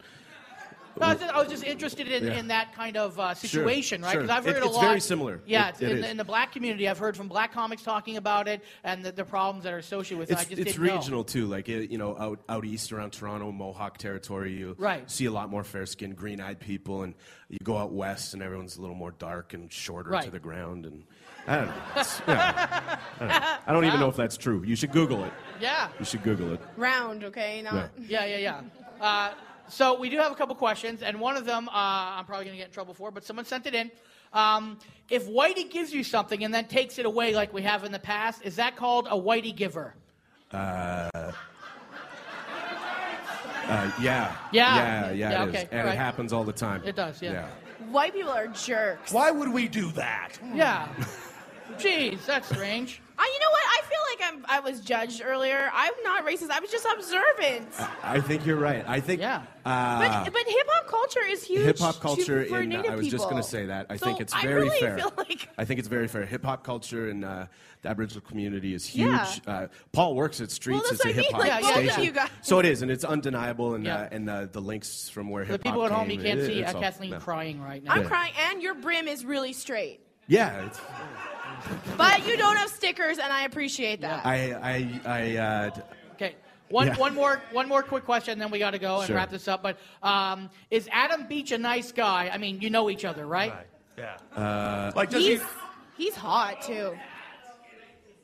S10: No, I was just, I was just interested in,
S17: Yeah.
S10: in that kind of
S17: Sure,
S10: uh, situation, right?
S17: sure.
S10: Because I've heard
S17: It-
S10: a
S17: it's
S10: lot.
S17: very similar.
S10: Yeah,
S17: It-
S10: it's,
S17: it
S10: in,
S17: is.
S10: the, in the black community, I've heard from black comics talking about it and the, the problems that are associated with
S16: it's,
S10: it. I just
S16: it's
S10: didn't know.
S16: regional too like uh, you know out, out east around toronto mohawk territory you
S10: Right.
S16: see a lot more fair-skinned green-eyed people and you go out west and everyone's a little more dark and shorter to
S10: Right.
S16: the ground and i don't know, It's- yeah. I don't, know. I don't even
S10: Wow.
S16: know if that's true you should google it
S10: Yeah.
S16: you should google it
S13: Round, okay? Not.
S10: Yeah, yeah, yeah. Uh, so we do have a couple questions, and one of them uh, I'm probably going to get in trouble for, but someone sent it in. Um, if Whitey gives you something and then takes it away like we have in the past, is that called a Whitey giver?
S16: uh, uh, yeah
S10: Yeah.
S16: yeah yeah,
S10: Yeah,
S16: it is.
S10: okay,
S16: and
S10: alright.
S16: it happens all the time
S10: It does, yeah.
S13: White people are jerks.
S15: Why would we do that?
S10: Yeah. Jeez, that's strange.
S13: I, you know what? I feel like I'm, I was judged earlier. I'm not racist. I was just observant.
S16: i think you're right i think yeah uh,
S13: but but hip hop culture is huge.
S16: Hip hop
S13: to-
S16: culture
S13: for
S16: in. uh,
S13: Native
S16: I was just going to
S13: people.
S16: say that. I
S13: So
S16: think it's
S13: I
S16: very
S13: really
S16: fair.
S13: feel like-
S16: I think it's very fair. Hip hop culture in uh, the Aboriginal community is huge.
S13: Yeah.
S16: Uh, Paul works at Streets.
S13: that's
S16: it's a
S13: what I mean,
S16: hip hop
S13: like, both of
S16: station.
S13: you guys.
S16: So it is, and it's undeniable. And
S13: Yeah.
S16: uh, and uh, the links from where
S10: The
S16: hip hop.
S10: people at home, you
S16: came,
S10: can't
S16: it-
S10: see
S16: it's
S10: uh,
S16: all-
S10: Kathleen
S16: yeah.
S10: crying right now.
S13: I'm
S16: Yeah.
S13: crying, and your brim is really straight.
S16: Yeah, it's,
S13: But you don't have stickers, and I appreciate that.
S16: I I I. Uh, d-
S10: Okay. One,
S16: Yeah.
S10: one more one more quick question, then we got to go and
S16: Sure.
S10: wrap this up. But um, is Adam Beach a nice guy? I mean, you know each other, right?
S15: Yeah.
S16: uh,
S15: Like, does
S13: he's,
S15: he
S13: he's hot, too.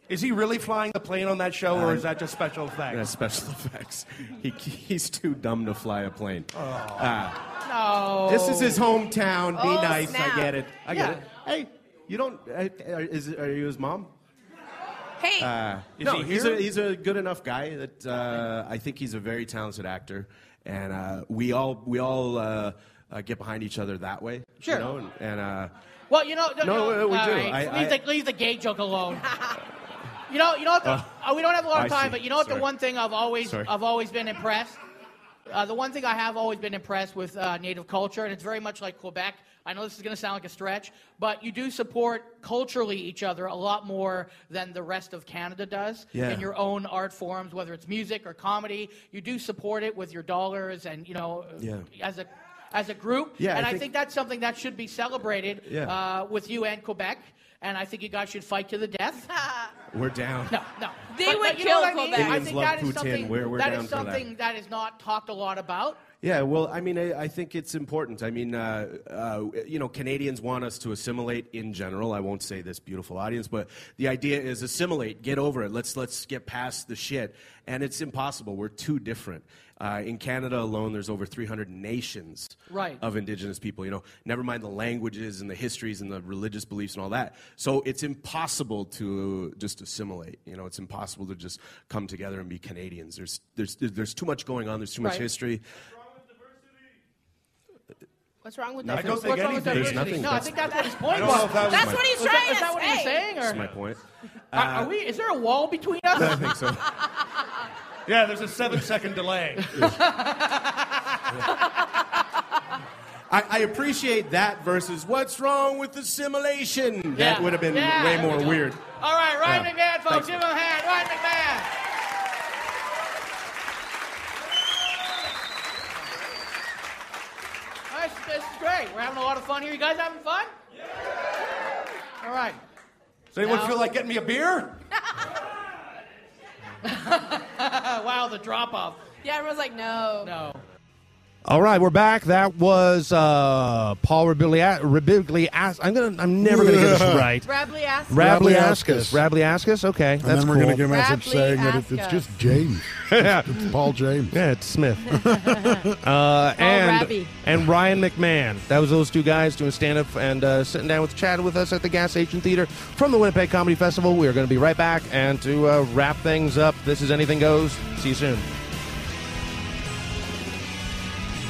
S15: is he really flying the plane on that show, or is that just special effects?
S16: yeah, special effects. He, he's too dumb to fly a plane.
S15: Oh.
S16: Uh,
S10: No.
S16: This is his hometown. Be
S10: Oh,
S16: nice.
S10: snap.
S16: I get it. I
S10: Yeah.
S16: get it. Hey, you don't. Uh, are- is are you his mom?
S13: Hey.
S16: Uh,
S13: Is
S16: no,
S13: he
S16: he's
S13: here?
S16: a he's a good enough guy that uh, I think he's a very talented actor, and uh, we all we all uh, uh, get behind each other that way.
S10: Sure.
S16: You know, and, and uh,
S10: Well, you know,
S16: No, uh,
S10: no,
S16: we
S10: all
S16: do.
S10: right.
S16: I-
S10: leave,
S16: I-
S10: the, leave the gay joke alone. you know, you know, what the, uh, we don't have a lot of
S16: I
S10: time,
S16: see.
S10: but you know what? The
S16: Sorry.
S10: one thing I've always,
S16: Sorry.
S10: I've always been impressed. Uh, the one thing I have always been impressed with uh, Native culture, and it's very much like Quebec. I know this is going to sound like a stretch, but you do support culturally each other a lot more than the rest of Canada does
S18: Yeah.
S10: in your own art forms, whether it's music or comedy. You do support it with your dollars, and you know,
S16: Yeah.
S10: as a as a group.
S16: Yeah, I
S10: and I think,
S16: think-
S10: that's something that should be celebrated
S16: Yeah.
S10: uh, with you and Quebec. And I think you guys should fight to the death.
S16: we're down.
S10: No, no.
S13: They
S10: But-
S13: would
S10: but you
S13: kill
S10: know what I mean?
S13: Quebec.
S10: I
S16: Indians
S10: think
S16: love
S10: that is
S16: Putin.
S10: something,
S16: We're- we're
S10: that is
S16: down for that.
S10: something that is not talked a lot about.
S16: Yeah, well, I mean, I, I think it's important. I mean, uh, uh, you know, Canadians want us to assimilate in general. I won't say this beautiful audience, but the idea is assimilate, get over it. Let's let's get past the shit. And it's impossible. We're too different. Uh, in Canada alone, there's over 300 nations
S10: Right.
S16: of indigenous people. You know, never mind the languages and the histories and the religious beliefs and all that. So it's impossible to just assimilate. You know, it's impossible to just come together and be Canadians. There's there's there's too much going on. There's too much
S13: Right.
S16: history.
S13: Wrong What's wrong with that?
S16: Nothing. I don't think
S13: What's wrong with
S16: anything- There's
S13: diversity?
S16: nothing.
S10: No, I think that's what his point
S16: I don't
S10: was.
S16: know if that was
S13: That's
S16: my-
S13: what he's
S10: Is that-
S13: trying
S10: is that what
S13: to
S10: he's
S13: say.
S10: saying?
S16: That's
S10: Or
S16: my point.
S10: are, are we? Is there a wall between us?
S16: I think so.
S15: Yeah, there's a seven-second delay.
S16: I, I appreciate that versus what's wrong with assimilation.
S10: Yeah.
S16: That would have been
S10: Yeah,
S16: way
S10: there
S16: more
S10: we go.
S16: weird.
S10: All right, Ryan
S16: Yeah.
S10: McMahon, folks.
S16: Thanks.
S10: Give him a hand. Ryan McMahon. All right, This is great. We're having a lot of fun here. You guys having fun? All right.
S15: Does anyone
S10: Now-
S15: feel like getting me a beer?
S10: wow, the drop off.
S13: Yeah, everyone's like, no.
S10: No.
S7: All right, we're back. That was uh, Paul Rabiglia. Rabiglia. I'm gonna. I'm never gonna get this right.
S13: Rabliaska.
S7: Rabliascus. Rabliascus. Okay,
S5: And
S7: that's
S5: then we're
S7: cool.
S5: going to get a message saying that it, it's
S13: Rapliascus.
S5: just James. It's, it's Paul James.
S7: Yeah, it's Smith. uh, and
S13: Rabbi.
S7: and Ryan McMahon. That was those two guys doing stand up and uh, sitting down with Chad with us at the Gas Station Theater from the Winnipeg Comedy Festival. We are going to be right back and to uh, wrap things up. This is Anything Goes. See you soon.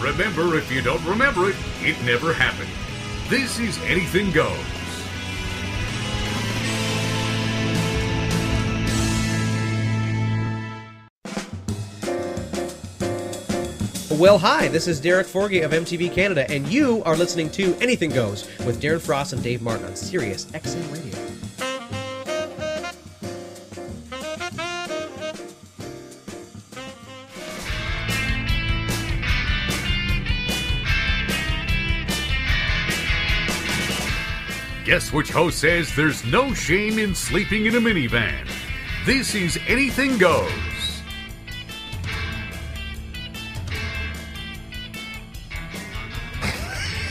S1: Remember, if you don't remember it, it never happened. This is Anything Goes.
S19: Well, hi, this is Derek Forgey of MTV Canada, and you are listening to Anything Goes with Darren Frost and Dave Martin on Sirius XM Radio.
S1: Guess which host says there's no shame in sleeping in a minivan? This is Anything Goes.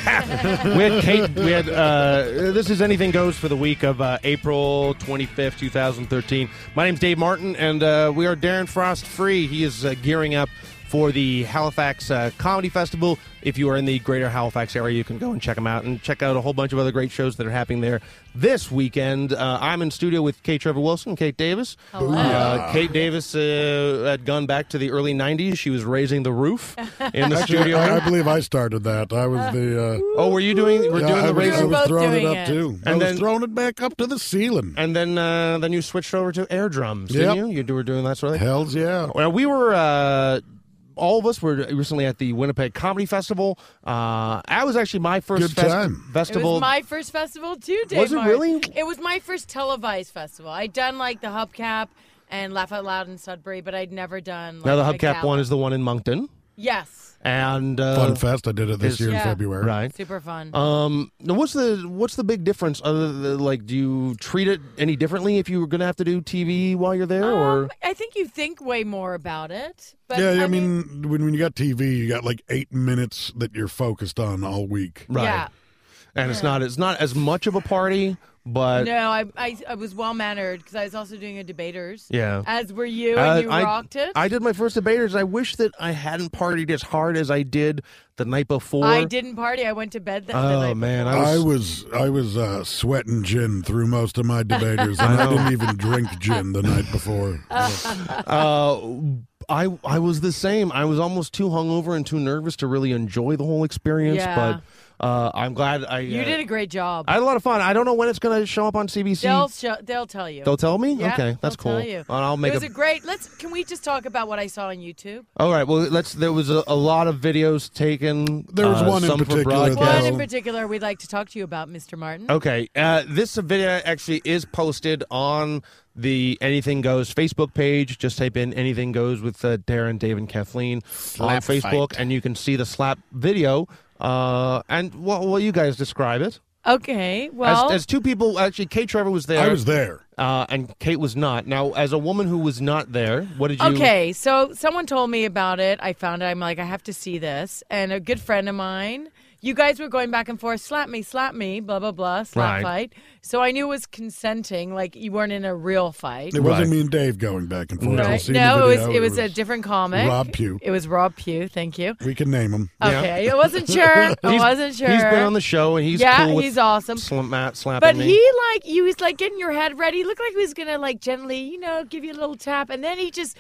S7: we had Kate. We had uh, this is anything goes for the week of uh, April twenty fifth, two thousand thirteen. My name's Dave Martin, and uh, we are Darren Frost free. He is uh, gearing up for the Halifax uh, Comedy Festival. If you are in the greater Halifax area, you can go and check him out and check out a whole bunch of other great shows that are happening there this weekend. Uh, I'm in studio with Kate Trevor Wilson, Kate Davis.
S18: Hello.
S7: Uh, Kate Davis uh, had gone back to the early '90s. She was raising the roof in the
S5: Actually,
S7: studio.
S5: I, I believe I started that. I was the. Uh,
S7: Oh, were you doing? We're
S5: yeah,
S7: doing
S5: I
S7: the
S5: was,
S7: raise.
S5: I was throwing it up too. I
S7: And
S5: was
S7: then
S5: throwing it back up to the ceiling.
S7: And then, uh, then you switched over to air drums,
S5: Yep.
S7: didn't you? You d- were doing that sort of thing.
S5: Hell's yeah.
S7: Well, we were. Uh, all of us were recently at the Winnipeg Comedy Festival. Uh, that was actually my first
S5: Good
S7: fest-
S5: time.
S7: festival.
S8: It was my first festival too, Dave.
S7: Was it
S8: Martin.
S7: really?
S8: It was my first televised festival. I'd done like the Hubcap and Laugh Out Loud in Sudbury, but I'd never done. Like,
S7: now the
S8: a
S7: hubcap
S8: gala.
S7: one is the one in Moncton.
S8: Yes.
S7: And uh,
S5: Fun Fest, I did it this
S7: is-
S5: year in
S8: Yeah.
S5: February.
S7: Right.
S8: Super fun.
S7: Um, now what's the what's the big difference? Other than, like, do you treat it any differently if you were going to have to do TV while you're
S8: Um,
S7: there, or
S8: I think you think way more about it. But
S5: yeah, I, mean, when, when you got TV, you got like eight minutes that you're focused on all week.
S7: Right. Yeah. and it's not it's not as much of a party, but
S8: no, I, I I was well mannered because I was also doing a debaters.
S7: Yeah.
S8: As were you,
S7: Uh,
S8: and you
S7: I,
S8: rocked it.
S7: I did my first debaters. I wish that I hadn't partied as hard as I did the night before.
S8: I didn't party. I went to bed that the night.
S7: Oh, man,
S5: I was I was, uh, sweating gin through most of my debaters, and
S7: I
S5: I
S7: know.
S5: didn't even drink gin the night before.
S7: uh, I I was the same. I was almost too hungover and too nervous to really enjoy the whole experience.
S8: Yeah.
S7: But uh, I'm glad I.
S8: You
S7: uh,
S8: did a great job.
S7: I had a lot of fun. I don't know when it's going to show up on CBC.
S8: They'll show, they'll tell you.
S7: They'll tell me.
S8: Yeah,
S7: okay, that's
S8: they'll
S7: cool.
S8: Tell you.
S7: And I'll make
S8: it was
S7: a-
S8: a great. Let's. Can we just talk about what I saw on YouTube?
S7: All right. Well, let's. There was a, a lot of videos taken.
S5: There was
S7: uh,
S5: one in
S7: some for
S5: particular that-
S7: broadcast.
S8: One in particular we'd like to talk to you about, Mr. Martin.
S7: Okay. Uh, this video actually is posted on the Anything Goes Facebook page. Just type in Anything Goes with uh, Darren, Dave, and Kathleen on
S16: Slap
S7: Facebook, and you can see the slap video. Uh, and what will you guys describe it?
S8: Okay. Well,
S7: as, as two people, actually, Kate Trevor was there.
S5: I was there.
S7: Uh, and Kate was not. Now, as a woman who was not there, what did you.
S8: Okay, so someone told me about it. I found it. I'm like, I have to see this. And a good friend of mine, you guys were going back and forth, slap me, slap me, blah, blah, blah, slap
S5: Right.
S8: fight. So I knew it was consenting, like you weren't in a real fight.
S5: It wasn't me and Dave going back and forth.
S8: Right.
S5: You'll see the
S8: No, it
S5: video.
S8: was it was a different comic.
S5: Rob Pugh.
S8: It was Rob Pugh, thank you.
S5: We can name him.
S8: Okay, I wasn't sure. I
S7: He's-
S8: wasn't sure.
S7: He's been on the show, and he's
S8: Yeah,
S7: cool with
S8: he's awesome.
S7: Slam, Matt slapping
S8: But
S7: me.
S8: he like you was like getting your head ready. He looked like he was gonna like gently, you know, give you a little tap, and then he just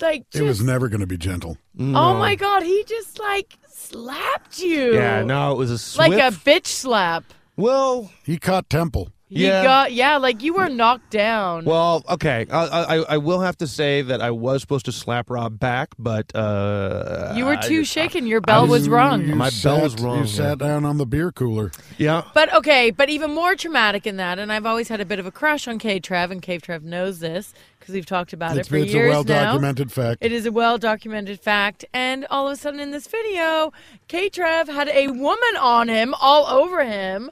S8: like
S5: It was never going to be gentle.
S8: Oh my god, he just like slapped you.
S7: Yeah, no, it was a
S8: Like
S7: swift.
S8: a bitch slap.
S7: well,
S5: he caught Temple.
S8: He got yeah, like you were knocked down.
S7: Well, okay. I, I I will have to say that I was supposed to slap Rob back, but uh,
S8: you were
S7: I
S8: too
S7: just-
S8: shaken. Your bell was
S7: you-
S8: rung.
S7: you- My
S5: sat,
S7: bell was wrong,
S5: You sat down on the beer cooler.
S7: Yeah.
S8: But okay, but even more traumatic in that, and I've always had a bit of a crush on K Trev, and K Trev knows this because we've talked about
S5: It's-
S8: it for
S5: it's a
S8: years
S5: well-documented
S8: now.
S5: fact.
S8: It is a well documented fact, and all of a sudden in this video, K Trev had a woman on him, all over him.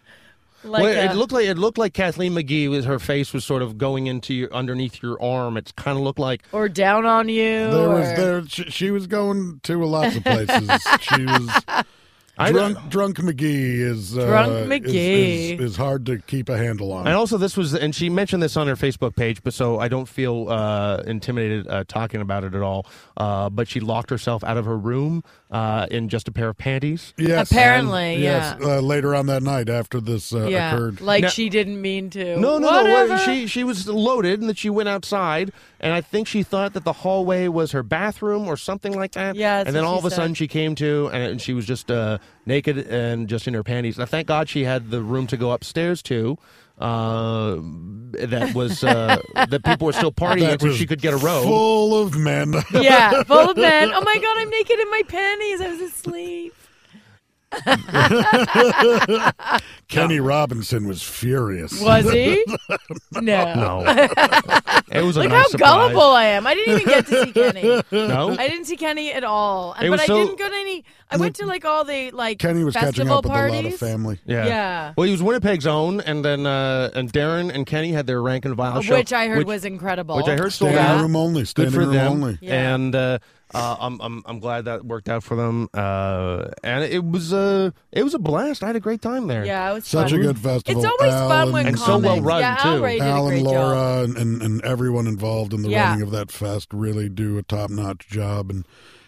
S8: Like uh,
S7: well,
S8: a-
S7: it looked like it looked like Kathleen McGee was her face was sort of going into your underneath your arm. It kind of looked like
S8: or down on you.
S5: There was
S8: or-
S5: there. She, she was going to lots of places. she was
S7: I don't-
S5: drunk. Drunk McGee is uh,
S7: Drunk
S5: is-
S7: McGee.
S5: is, is hard to keep a handle on.
S7: And also, this was, and she mentioned this on her Facebook page, but so I don't feel uh, intimidated uh, talking about it at all. Uh, but she locked herself out of her room uh, in just a pair of panties.
S5: Yes,
S8: Apparently,
S5: and-
S8: yeah.
S5: Yes, uh, later on that night after this uh,
S8: yeah,
S5: occurred,
S8: like she didn't mean to.
S7: No, no, no.
S8: Whatever.
S7: what- She she was loaded, and that she went outside, and I think she thought that the hallway was her bathroom or something like that.
S8: Yeah, that's
S7: And then
S8: what
S7: all
S8: she
S7: of a
S8: said.
S7: sudden, she came to, and, and she was just uh, naked and just in her panties. Now, thank God she had the room to go upstairs to. Uh, that was uh, that people were still partying,
S5: That
S7: in, so
S5: was
S7: she could get a robe.
S5: full of men.
S8: yeah, full of men. Oh my god, I'm naked in my panties. I was asleep.
S5: Kenny Robinson was furious.
S8: Was he? no.
S5: No. It was a
S8: Look
S5: nice
S8: how
S5: surprise.
S8: gullible I am. I didn't even get to see Kenny.
S5: No?
S8: I didn't see Kenny at all.
S5: It
S8: but
S5: was
S8: I
S5: so-
S8: didn't go to any. I went to like all the like
S7: Kenny was catching
S8: festival
S7: up with a lot of
S8: parties.
S5: family.
S7: Yeah.
S8: Yeah.
S7: Well, he was Winnipeg's own, and then uh, and Darren and Kenny had their rank and file
S8: Of
S7: show,
S8: which I heard was incredible.
S7: Which I heard sold
S8: Standing
S7: out.
S5: room only,
S7: Good
S5: standing
S7: for
S5: room
S7: them.
S5: only.
S8: Yeah.
S7: And uh, uh, I'm, I'm I'm glad that worked out for them. Uh, and it was uh, it was a blast. I had a great time there.
S8: Yeah, it was
S5: Such
S8: fun.
S5: a good festival.
S8: It's always fun when
S7: And so well
S8: comics- run, yeah, Al too. Ray did a
S5: Al
S8: great
S5: and Laura
S8: job.
S5: and, and, and everyone involved in the
S8: Yeah.
S5: running of that fest really do a top notch job, and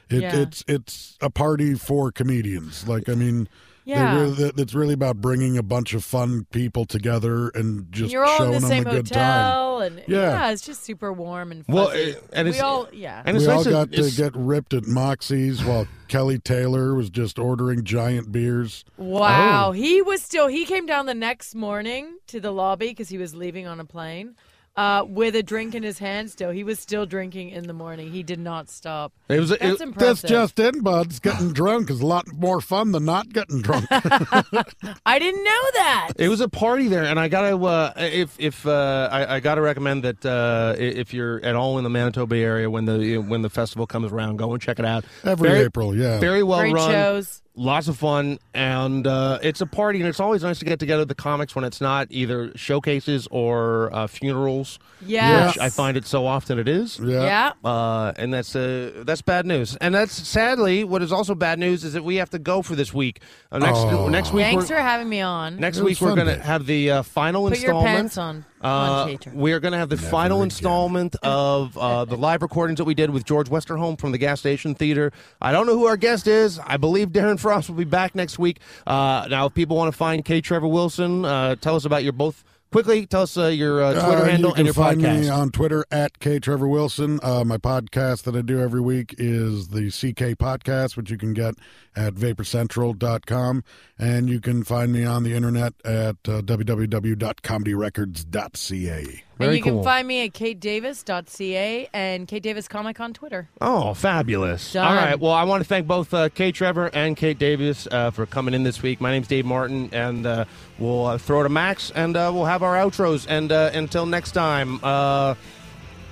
S5: it,
S8: Yeah.
S5: it's it's a party for comedians. Like I mean. they
S8: Yeah.
S5: really- that- it's really about bringing a bunch of fun people together and just
S8: You're all in
S5: showing
S8: the
S5: them
S8: same
S5: a good time.
S8: hotel, and
S5: Yeah.
S8: yeah. it's just super warm and fuzzy.
S7: Well, it- and
S8: we
S7: it's-
S8: all yeah.
S5: we all
S7: nice that
S5: got to
S7: it's-
S5: get ripped at Moxie's while Kelly Taylor was just ordering giant beers.
S8: Wow,
S7: Oh.
S8: he was still. He came down the next morning to the lobby because he was leaving on a plane uh, with a drink in his hand. Still, he was still drinking in the morning. He did not stop.
S7: It was
S8: that's impressive.
S5: just in, buds. Getting drunk is a lot more fun than not getting drunk.
S8: I didn't know that.
S7: It was a party there, and I gotta uh, if if uh, I, I gotta recommend that uh, i- if you're at all in the Manitoba area when the when the festival comes around, go and check it out.
S5: Every April, yeah.
S7: very well
S8: Great
S7: run,
S8: shows.
S7: lots of fun, and uh, it's a party, and it's always nice to get together the comics when it's not either showcases or uh, funerals.
S8: Yes.
S7: which I find it so often it is.
S8: Yeah.
S7: Uh, and that's uh, that's bad news, and that's sadly what is also bad news is that we have to go for this week. Uh, next
S8: Oh.
S7: next week,
S8: Thanks
S7: we're-
S8: for having me on.
S7: Next week we're going to have the uh, final
S8: Mm-hmm. Put your
S7: installment.
S8: pants on. Come on,
S7: Uh,
S8: Chater.
S7: we are going to have the final installment of uh, the live recordings that we did with George Westerholm from the Gas Station Theater. I don't know who our guest is. I believe Darren Frost will be back next week. Uh, now, if people want to find K. Trevor Wilson, uh, tell us about your both. Quickly, tell us uh, your uh, Twitter
S5: Uh,
S7: handle
S5: you can
S7: and your
S5: find
S7: podcast.
S5: me on Twitter at K Trevor Wilson. Uh, my podcast that I do every week is the CK Podcast, which you can get at vaporcentral.com. And you can find me on the internet at uh, www.comedyrecords.ca.
S8: and you can find me at katedavis.ca and Kate Davis Comic on Twitter.
S7: Oh, fabulous.
S8: Done.
S7: All right. Well, I want to thank both uh, Kay Trevor and Kate Davis uh, for coming in this week. My name's Dave Martin, and uh, we'll uh, throw to Max, and uh, we'll have our outros. And uh, until next time, uh,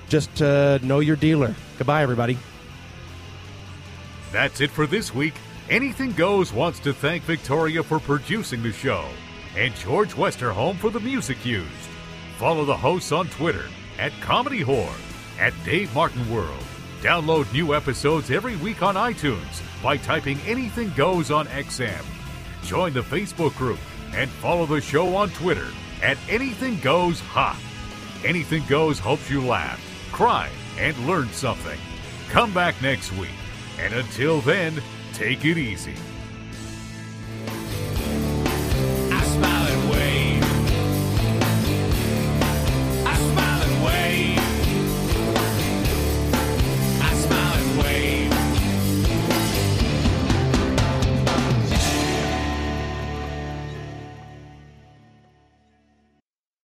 S7: just uh, know your dealer. Goodbye, everybody.
S1: That's it for this week. Anything Goes wants to thank Victoria for producing the show and George Westerholm for the music used. Follow the hosts on Twitter at Comedy Whore, at Dave Martin World. Download new episodes every week on iTunes by typing Anything Goes on XM. Join the Facebook group and follow the show on Twitter at Anything Goes Ha. Anything Goes hopes you laugh, cry, and learn something. Come back next week. And until then, take it easy.